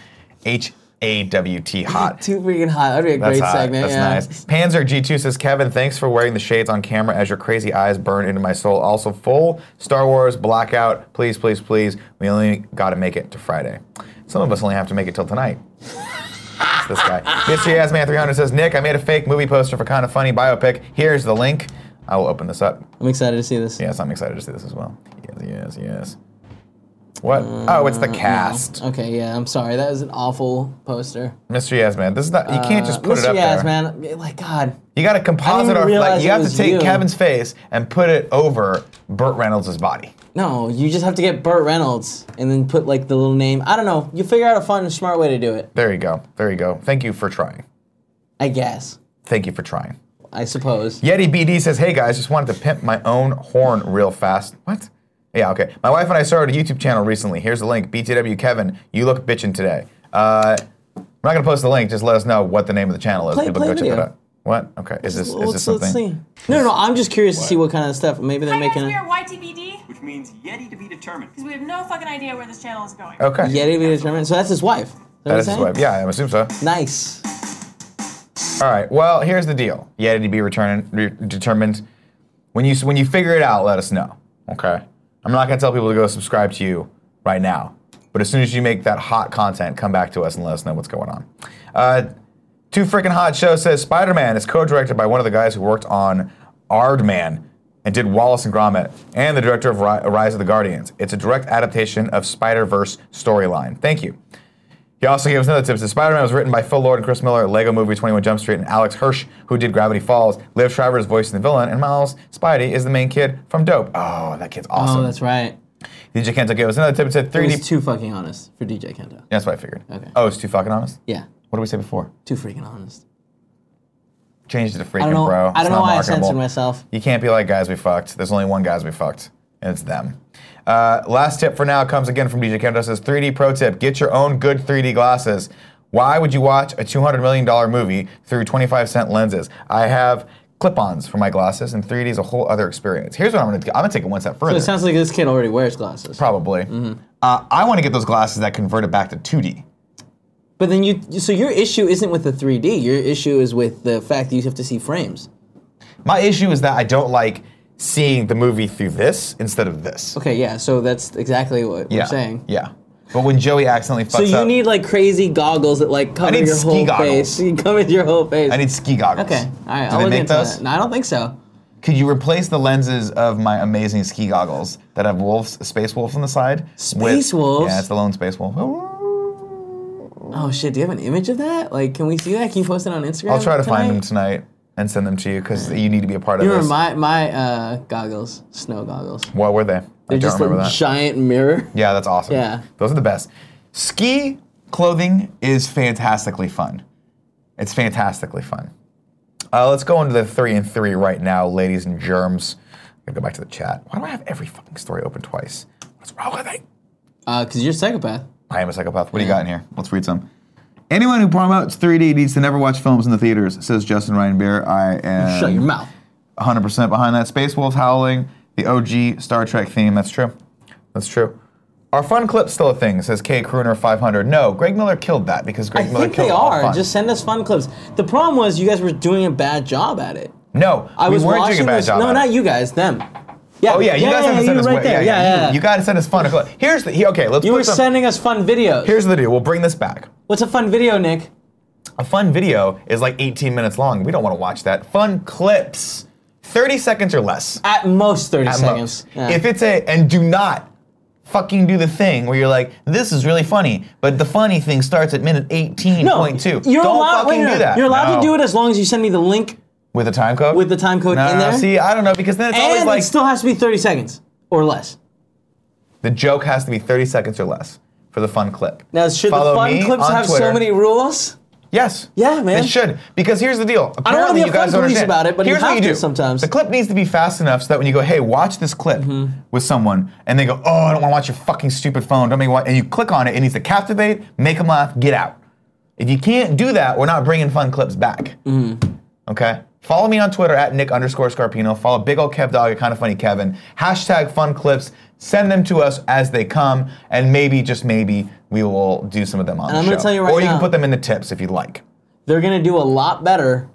A: H A W T hot.
B: Too freaking hot. That'd be a
A: That's
B: great
A: hot.
B: segment.
A: That's
B: yeah.
A: nice. Panzer G2 says, Kevin, thanks for wearing the shades on camera as your crazy eyes burn into my soul. Also, full Star Wars blackout. Please, please, please. We only got to make it to Friday. Some of us only have to make it till tonight. It's this guy. Mr. Yasman300 says, Nick, I made a fake movie poster for Kind of Funny biopic. Here's the link. I will open this up.
B: I'm excited to see this.
A: Yes, I'm excited to see this as well. Yes, yes, yes. What? Oh, it's the
B: Mm,
A: cast.
B: Okay, yeah, I'm sorry. That was an awful poster. Uh,
A: Mr. Yasman, this is not. You can't just put
B: Mr.
A: it up
B: Yaz,
A: there.
B: man. Like, God.
A: You got to composite
B: even
A: our
B: realize
A: like, you
B: it
A: have to
B: was
A: take
B: you.
A: Kevin's face and put it over Burt Reynolds' body.
B: No, you just have to get Burt Reynolds and then put, like, the little name. I don't know. You figure out a fun and smart way to do it,
A: There you go. There you go. Thank you for trying.
B: I guess.
A: Thank you for trying.
B: I suppose.
A: Yeti BD says, "Hey guys, just wanted to pimp my own horn real fast." What? Yeah, okay. My wife and I started a YouTube channel recently. Here's the link. BTW Kevin, you look bitchin' today. Uh, I'm not gonna post the link. Just let us know what the name of the channel is.
B: Play-
A: People
B: play
A: can go check
B: video.
A: that out. What? Okay. Is this is
B: let's,
A: this
B: let's
A: something?
B: see. No, no, I'm just curious to see what kind of stuff. Maybe they're
D: Hi guys,
B: making
D: we
B: a
D: are YTBD
E: which means Yeti to be determined.
D: because we have no fucking idea where this channel is going.
A: Okay.
B: Yeti Video Tournament. So that's his wife. Is what
A: That is
B: I'm
A: his
B: saying?
A: wife. Yeah, I assume so.
B: Nice.
A: All right. Well, here's the deal. Yeti to be returning, re- determined. When you when you figure it out, let us know. Okay. I'm not gonna tell people to go subscribe to you right now, but as soon as you make that hot content, come back to us and let us know what's going on. Uh, Too freaking hot show says Spider-Man is co-directed by one of the guys who worked on Ardman and did Wallace and Gromit, and the director of Ri- Rise of the Guardians. It's a direct adaptation of Spider-Verse storyline. Thank you. He also gave us another tip. It says Spider-Man was written by Phil Lord and Chris Miller, Lego Movie 21 Jump Street, and Alex Hirsch, who did Gravity Falls. Liv Schreiber is voicing the villain, and Miles Spidey is the main kid from Dope. Oh, that kid's awesome.
B: Oh, that's right.
A: DJ Kento gave us another tip. It said
B: It
A: 3D.
B: was too fucking honest for DJ Kento.
A: that's what I figured.
B: Okay.
A: Oh, it's too fucking honest.
B: Yeah,
A: What did we say before?
B: too freaking honest.
A: Changed it to freaking
B: I don't know.
A: bro.
B: I
A: It's
B: don't know
A: not
B: why I
A: marketable.
B: censored myself.
A: You can't be like guys we fucked. There's only one guys we fucked, and it's them. Uh, last tip for now comes again from DJ Kendo. Says 3D pro tip: get your own good 3D glasses. Why would you watch a 200 million dollar movie through 25 cent lenses? I have clip-ons for my glasses, and 3D is a whole other experience. Here's what I'm gonna do. I'm gonna take it one step
B: So
A: further.
B: it sounds Mm-hmm. like this kid already wears glasses.
A: Probably. Uh, I want to get those glasses that convert it back to 2D.
B: But then you, so your issue isn't with the 3D. Your issue is with the fact that you have to see frames.
A: My issue is that I don't like seeing the movie through this instead of this.
B: Okay, yeah. So that's exactly what
A: yeah.
B: we're saying.
A: Yeah. But when Joey accidentally fucks
B: So you
A: up,
B: need like crazy goggles that like cover
A: need
B: your
A: ski
B: whole
A: goggles.
B: face. You cover your whole face.
A: I need ski goggles.
B: okay, all right.
A: Do
B: I'll
A: they
B: look
A: make
B: into
A: those?
B: that. No, I don't think so.
A: Could you replace the lenses of my amazing ski goggles that have wolves, space wolves on the side?
B: Space wolves?
A: Yeah, it's the lone space wolf.
B: Oh shit! Do you have an image of that? Like, can we see that? Can you post it on Instagram?
A: I'll try to find them
B: tonight?
A: tonight and send them to you because you need to be a part of
B: You remember
A: this.
B: my my uh, goggles, snow goggles.
A: what were they? I
B: They're
A: don't
B: just
A: remember
B: a
A: that.
B: giant mirror.
A: yeah, that's awesome.
B: Yeah.
A: Those are the best. Ski clothing is fantastically fun. It's fantastically fun. Uh, let's go into the three and three right now, ladies and germs. I'm gonna go back to the chat. Why do I have every fucking story open twice? What's wrong with me?
B: Uh, cause you're a psychopath.
A: I am a psychopath. What do you got in here? Let's read some. Anyone who promotes 3D needs to never watch films in the theaters, says Justin Ryan Bear. I am
B: Shut your mouth.
A: 100% behind that. Space Wolf Howling, the OG Star Trek theme. That's true. That's true. Are fun clips still a thing, says K. Crooner 500. No, Greg Miller killed that because
B: I
A: Greg Miller
B: think
A: killed
B: they
A: all
B: are.
A: fun.
B: Just send us fun clips. The problem was you guys were doing a bad job at it.
A: no,
B: I
A: we
B: was
A: weren't
B: watching
A: doing a bad
B: this-
A: job.
B: No,
A: at it.
B: not you guys. Them. Yeah.
A: Oh yeah, you guys have to
B: you
A: send us.
B: right
A: what-
B: there. Yeah, yeah.
A: You, you gotta send us fun clips. Here's the. He, okay, let's.
B: You
A: put
B: were
A: some-
B: sending us fun videos.
A: Here's the deal. We'll bring this back.
B: What's a fun video, Nick?
A: A fun video is like 18 minutes long. We don't want to watch that. Fun clips, 30 seconds or less.
B: At most thirty
A: at
B: seconds.
A: most.
B: Yeah.
A: If it's a, and do not fucking do the thing where you're like, this is really funny, but the funny thing starts at minute 18.2.
B: no, you're
A: don't
B: allowed.
A: fucking
B: wait, no,
A: do that.
B: You're allowed to
A: No.
B: do it as long as you send me the link,
A: with a time code.
B: With the time code
A: no,
B: in
A: no,
B: there?
A: See, I don't know because then it's always
B: and
A: like
B: it still has to be thirty seconds or less.
A: the joke has to be 30 seconds or less for the fun clip.
B: Now, should
A: Follow
B: the fun
A: me
B: clips
A: on
B: have so
A: Twitter.
B: many rules?
A: Yes.
B: Yeah, man.
A: It should because here's the deal. Apparently,
B: I don't wanna be a
A: you guys
B: fun
A: don't
B: police
A: understand.
B: about it, but you
A: here's what
B: have
A: you
B: to
A: do
B: sometimes. Mm-hmm.
A: The clip needs to be fast enough so that when you go, "Hey, watch this clip with someone," and they go, "Oh, I don't want to watch your fucking stupid phone," don't make me watch, and you click on it, it needs to captivate, make them laugh, get out. If you can't do that, we're not bringing fun clips back.
B: Mm-hmm.
A: Okay. Follow me on Twitter at Nick underscore Scarpino. Follow Big Ol' Kev Dog at Kind of Funny Kevin. Hashtag fun clips. Send them to us as they come, and maybe just maybe we will do some of them on.
B: And
A: the
B: I'm gonna
A: show.
B: tell you right
A: or you
B: now-
A: can put them in the tips if you'd like.
B: They're gonna do a lot better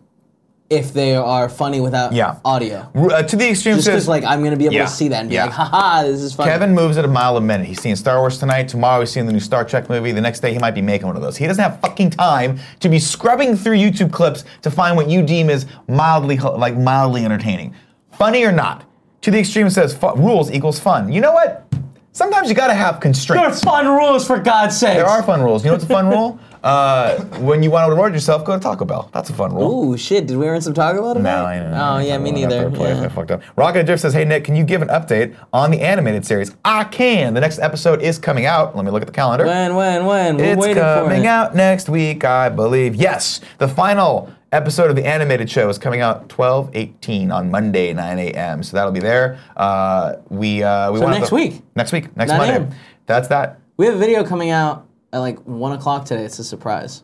B: if they are funny without
A: Yeah.
B: audio.
A: R- uh, to the extreme
B: Just because
A: says
B: like I'm gonna be able
A: Yeah.
B: to see that and be
A: Yeah.
B: like, haha, this is funny.
A: Kevin moves at a mile a minute. He's seeing Star Wars tonight. Tomorrow he's seeing the new Star Trek movie. The next day he might be making one of those. He doesn't have fucking time to be scrubbing through YouTube clips to find what you deem is mildly hu- like mildly entertaining, funny or not. To the extreme says fu- rules equals fun. You know what? Sometimes you gotta have
B: There are
A: constraints.
B: fun rules for God's sake.
A: There are fun rules. You know what's a fun rule? Uh, when you want to reward yourself, go to Taco Bell. That's a fun rule.
B: Ooh, shit! Did we earn some Taco Bell
A: No,
B: tonight?
A: I know.
B: Oh yeah, me neither.
A: I
B: Yeah.
A: fucked up. Rocket Drift says, "Hey Nick, can you give an update on the animated series? I can. The next episode is coming out. Let me look at the calendar.
B: When, when, when? We're
A: it's
B: waiting
A: coming
B: for it.
A: out next week, I believe. Yes, the final episode of the animated show is coming out 12:18 on Monday, 9 a.m. So that'll be there. Uh, we uh, we
B: So
A: wanna-
B: next week.
A: Next week. Next
B: 9
A: Monday.
B: a.m..
A: That's that.
B: We have a video coming out at like one o'clock today. It's a surprise.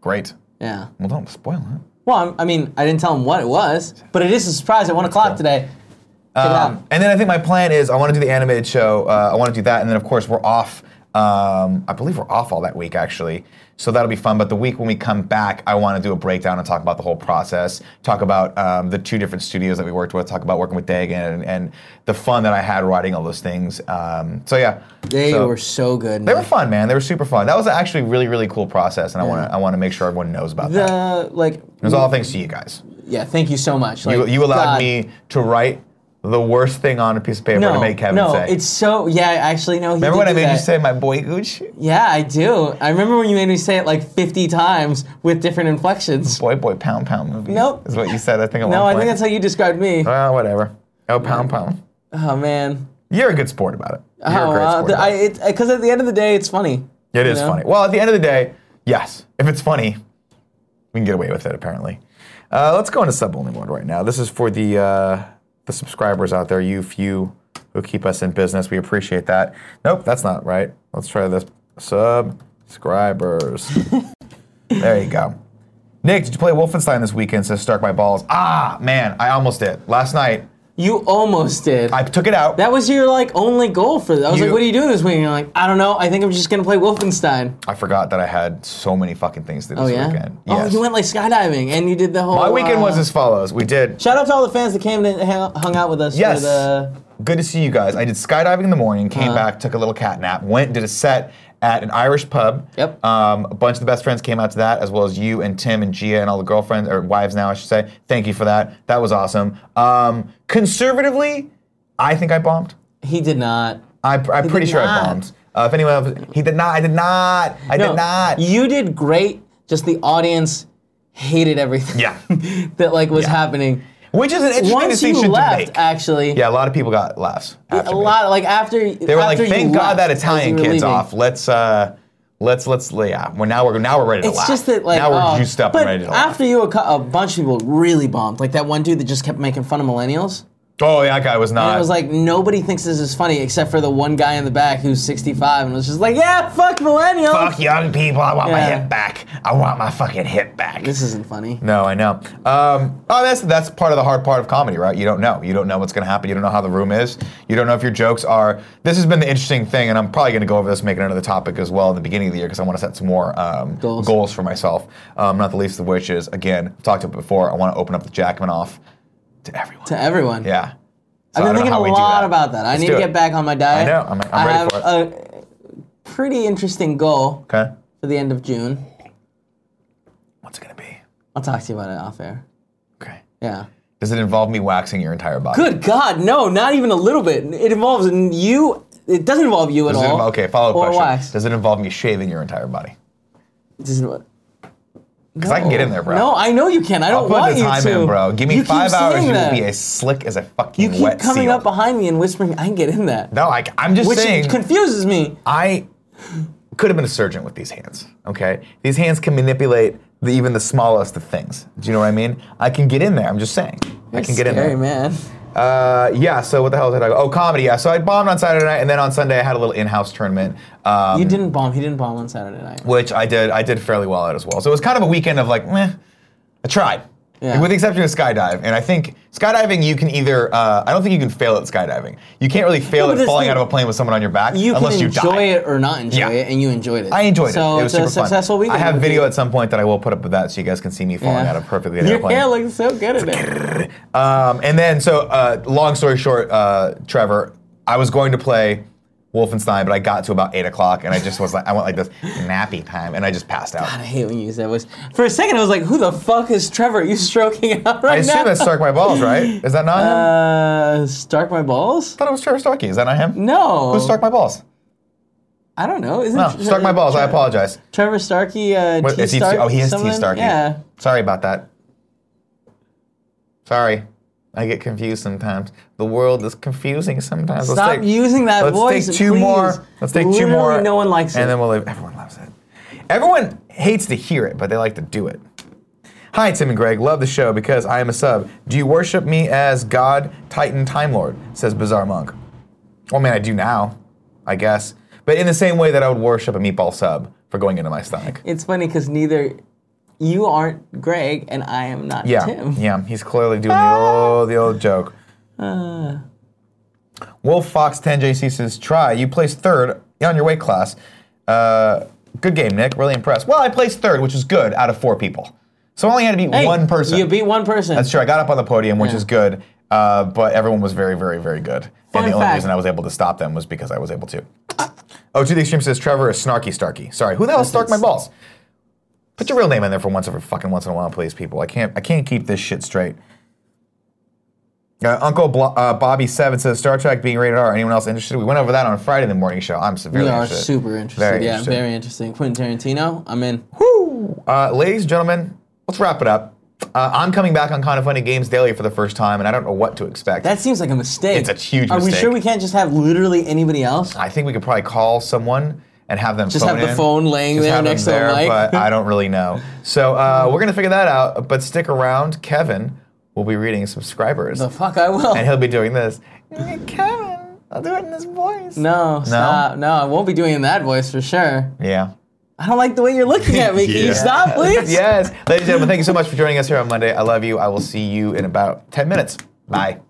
A: Great.
B: Yeah.
A: Well, don't spoil it.
B: Well, I'm, I mean, I didn't tell him what it was, but it is a surprise at one o'clock today. Check it out.
A: Um, and then I think my plan is I want to do the animated show. Uh, I want to do that, and then of course we're off. Um, I believe we're off all that week actually, so that'll be fun. But the week when we come back, I want to do a breakdown and talk about the whole process, talk about um, the two different studios that we worked with, talk about working with Dag and, and the fun that I had writing all those things. Um, so yeah,
B: They
A: So-
B: were so good.
A: they were
B: man.
A: fun, man. They were super fun. That was actually really really cool process, and I want to I want to make sure everyone knows about that.
B: the like.
A: It was all thanks to you guys.
B: Yeah, thank you so much. Like,
A: You, you allowed
B: God.
A: me to write the worst thing on a piece of paper
B: No,
A: to make Kevin
B: no,
A: say.
B: it's so yeah. Actually, no. He
A: Remember
B: did
A: when I
B: do
A: made you
B: that.
A: say my boy Gucci?
B: Yeah, I do. I remember when you made me say it like fifty times with different inflections.
A: Boy, boy, pound, pound movie.
B: Nope.
A: Is what you said, I think, at
B: No, I
A: one
B: think
A: point.
B: that's how you described me.
A: Well, whatever. Oh, pound, pound.
B: Oh man.
A: You're a good sport about it. You're
B: oh,
A: a great
B: uh,
A: sport
B: th-
A: about
B: I,
A: it.
B: it, because at the end of the day, it's funny.
A: It
B: you
A: is
B: know?
A: funny. Well, at the end of the day, yes. If it's funny, we can get away with it, apparently. Uh, let's go into sub-only mode right now. This is for the uh, the subscribers out there, you few who keep us in business. We appreciate that. Nope, that's not right. Let's try this. Subscribers. there you go. Nick, did you play Wolfenstein this weekend? Says Stark My Balls. Ah, man, I almost did. Last night,
B: You almost did.
A: I took it out.
B: that was your like only goal for that. I was
A: You-
B: like, what are you doing this weekend? You're like, I don't know. I think I'm just gonna play Wolfenstein.
A: I forgot that I had so many fucking things to do
B: Oh
A: this
B: yeah.
A: weekend.
B: Oh, you went like skydiving and you did the whole.
A: My weekend
B: uh,
A: was as follows. We did
B: Shout out to all the fans that came and hang- hung out with us.
A: Yes.
B: For the,
A: Good to see you guys. I did skydiving in the morning, came
B: Uh-huh.
A: back, took a little cat nap, went did a set at an Irish pub.
B: Yep.
A: Um, a bunch of the best friends came out to that, as well as you and Tim and Gia and all the girlfriends or wives now, I should say. Thank you for that. That was awesome. Um, conservatively, I think I bombed.
B: he did not.
A: I, I'm pretty sure I
B: not.
A: bombed. Uh, if anyone else, he did not. I did not. I
B: no,
A: did not.
B: You did great. Just the audience hated everything.
A: Yeah.
B: that like was
A: Yeah.
B: happening.
A: Which is an interesting
B: Once you
A: distinction to
B: left,
A: make.
B: actually.
A: yeah, a lot of people got laughs. after
B: A
A: me.
B: lot like after
A: They were like, "Thank God that Italian kid's off. Let's uh, let's let's yeah. Well, now we're now we're ready to
B: It's
A: laugh.
B: just that like
A: now we're
B: oh,
A: juiced up
B: but
A: and ready to laugh.
B: after you, a, cou- a bunch of people really bombed. Like that one dude that just kept making fun of millennials.
A: oh, that guy was
B: And
A: not.
B: it was like nobody thinks this is funny except for the one guy in the back who's 65 and was just like, "Yeah, fuck millennials."
A: fuck young people. I want my
B: Yeah.
A: hip back. I want my fucking hip back.
B: This isn't funny.
A: No, I know. Um, oh, that's that's part of the hard part of comedy, right? You don't know. You don't know what's going to happen. You don't know how the room is. You don't know if your jokes are. This has been the interesting thing, and I'm probably going to go over this, make it another topic as well at the beginning of the year because I want to set some more um,
B: Goals.
A: for myself. Um, not the least of which is, again, I've talked about it before. I want to open up the Jackman off to everyone.
B: To everyone.
A: yeah. So I
B: I've been
A: don't know
B: thinking
A: how
B: a
A: we do
B: lot
A: that.
B: about that. I
A: Let's
B: need
A: do
B: to
A: it.
B: get back on my diet.
A: know. I'm- I'm
B: I
A: ready
B: have
A: for it.
B: a pretty interesting goal
A: Okay.
B: for the end of June.
A: What's it going to be?
B: I'll talk to you about it off air.
A: Okay.
B: Yeah.
A: Does it involve me waxing your entire body?
B: Good God, no, not even a little bit. It involves n- you. It doesn't involve you at
A: Does it
B: all.
A: involve, okay, follow up
B: or
A: question.
B: Wax.
A: Does it involve me shaving your entire body?
B: It doesn't. Because
A: Because I can get in there, bro.
B: No, I know you can. I
A: I'll
B: don't
A: put
B: want
A: the
B: you
A: time
B: to.
A: in, bro. Give me
B: You keep
A: five hours,
B: saying
A: you will
B: that.
A: be as slick as a fucking
B: You keep
A: wet
B: coming
A: seal.
B: up behind me and whispering, "I can get in that,"
A: no, I, am just
B: which
A: saying.
B: confuses me.
A: I could have been a surgeon with these hands. Okay, these hands can manipulate the, even the smallest of things. Do you know what I mean? I can get in there. I'm just saying. I can get in
B: Scary
A: there.
B: man.
A: Uh, yeah. So what the hell did I go? Oh, comedy. Yeah. So I bombed on Saturday night, and then on Sunday I had a little in-house tournament. Um,
B: You didn't bomb. He didn't bomb on Saturday night.
A: which I did. I did fairly well at as well. So it was kind of a weekend of like, meh, I tried.
B: Yeah.
A: With the exception of skydive, and I think skydiving you can either uh, I don't think you can fail at skydiving. You can't really fail
B: but
A: at
B: that's
A: falling
B: the-
A: out of a plane with someone on your back
B: You
A: unless
B: can
A: you
B: enjoy
A: die.
B: it or not enjoy
A: Yeah.
B: it, and you enjoyed it.
A: I enjoyed
B: so
A: it. It was
B: it's
A: super
B: a successful
A: fun.
B: weekend.
A: I have
B: with you.
A: video at some point that I will put up of that so you guys can see me falling
B: Yeah.
A: out of perfectly
B: Your
A: airplane.
B: hair looks so good in it.
A: Um, and then, so uh, long story short, uh, Trevor, I was going to play Wolfenstein, but I got to about eight o'clock, and I just was like, I went like this nappy time, and I just passed out.
B: I hate when you use that voice. For a second, I was like, "Who the fuck is Trevor? You stroking out
A: I
B: right
A: assume
B: now?"
A: that's Stark My Balls, right? Is that not him? I
B: uh, Stark my balls?
A: thought it was Trevor Starkey. Is that not him?
B: No.
A: Who's Stark My Balls?
B: I don't know. Isn't
A: No,
B: Tre-
A: Stark My Balls. I
B: Tre-
A: apologize.
B: Trevor Starkey. Uh,
A: What,
B: T
A: is he,
B: Stark,
A: oh, he is T
B: something?
A: Starkey.
B: Yeah.
A: Sorry about that. Sorry. I get confused sometimes. The world is confusing sometimes. Let's
B: Stop
A: take-
B: using that
A: let's
B: voice,
A: take two
B: please.
A: more. Let's take two
B: Literally
A: more.
B: no one likes
A: And
B: it.
A: then we'll leave. Everyone loves it. Everyone hates to hear it, but they like to do it. Hi, Tim and Greg. Love the show because I am a sub. Do you worship me as God, Titan, Time Lord? Says Bizarre Monk. Well, man, I do now, I guess. But in the same way that I would worship a meatball sub for going into my stomach.
B: It's funny because neither you aren't Greg and I am not
A: Yeah,
B: Tim.
A: yeah, he's clearly doing
B: Ah.
A: the old, the old joke. Wolf Fox 10JC says, "Try. You placed third on your weight class. Uh, good game, Nick. Really impressed. Well, I placed third, which is good out of four people. So I only had to beat
B: Hey,
A: one person.
B: You beat one person.
A: That's true. I got up on the podium, which
B: Yeah.
A: is good. Uh, but everyone was very, very, very good.
B: Fun
A: and the only
B: fact.
A: reason I was able to stop them was because I was able to. Oh, to the extreme says Trevor is snarky starky. Sorry, who the hell starked my balls? Put your real name in there for once every fucking once in a while, please, people. I can't I can't keep this shit straight. Uh, Uncle Blo- uh, Bobby Seven says Star Trek being rated R. Anyone else interested? We went over that on Friday in the morning show. I'm severely
B: We are
A: interested.
B: super interested.
A: Very
B: yeah,
A: interested.
B: very interesting. Quentin Tarantino, I'm in.
A: Uh, ladies and gentlemen, let's wrap it up. Uh, I'm coming back on Kind of Funny Games Daily for the first time, and I don't know what to expect.
B: That seems like a mistake.
A: It's a huge
B: Are
A: mistake.
B: we sure we can't just have literally anybody else?
A: I think we could probably call someone and have them
B: Just
A: phone
B: have the
A: in.
B: phone laying
A: Just
B: there
A: have them
B: next to the
A: there,
B: mic.
A: But I don't really know. So uh, we're gonna figure that out. But stick around, Kevin will be reading subscribers,
B: The fuck I will.
A: and he'll be doing this. Kevin, I'll do it in this voice.
B: No, stop. No, I won't be doing that voice for sure.
A: Yeah.
B: I don't like the way you're looking at me. Can
A: Yeah.
B: you stop, please?
A: Yes, ladies and gentlemen, thank you so much for joining us here on Monday. I love you. I will see you in about ten minutes. Bye.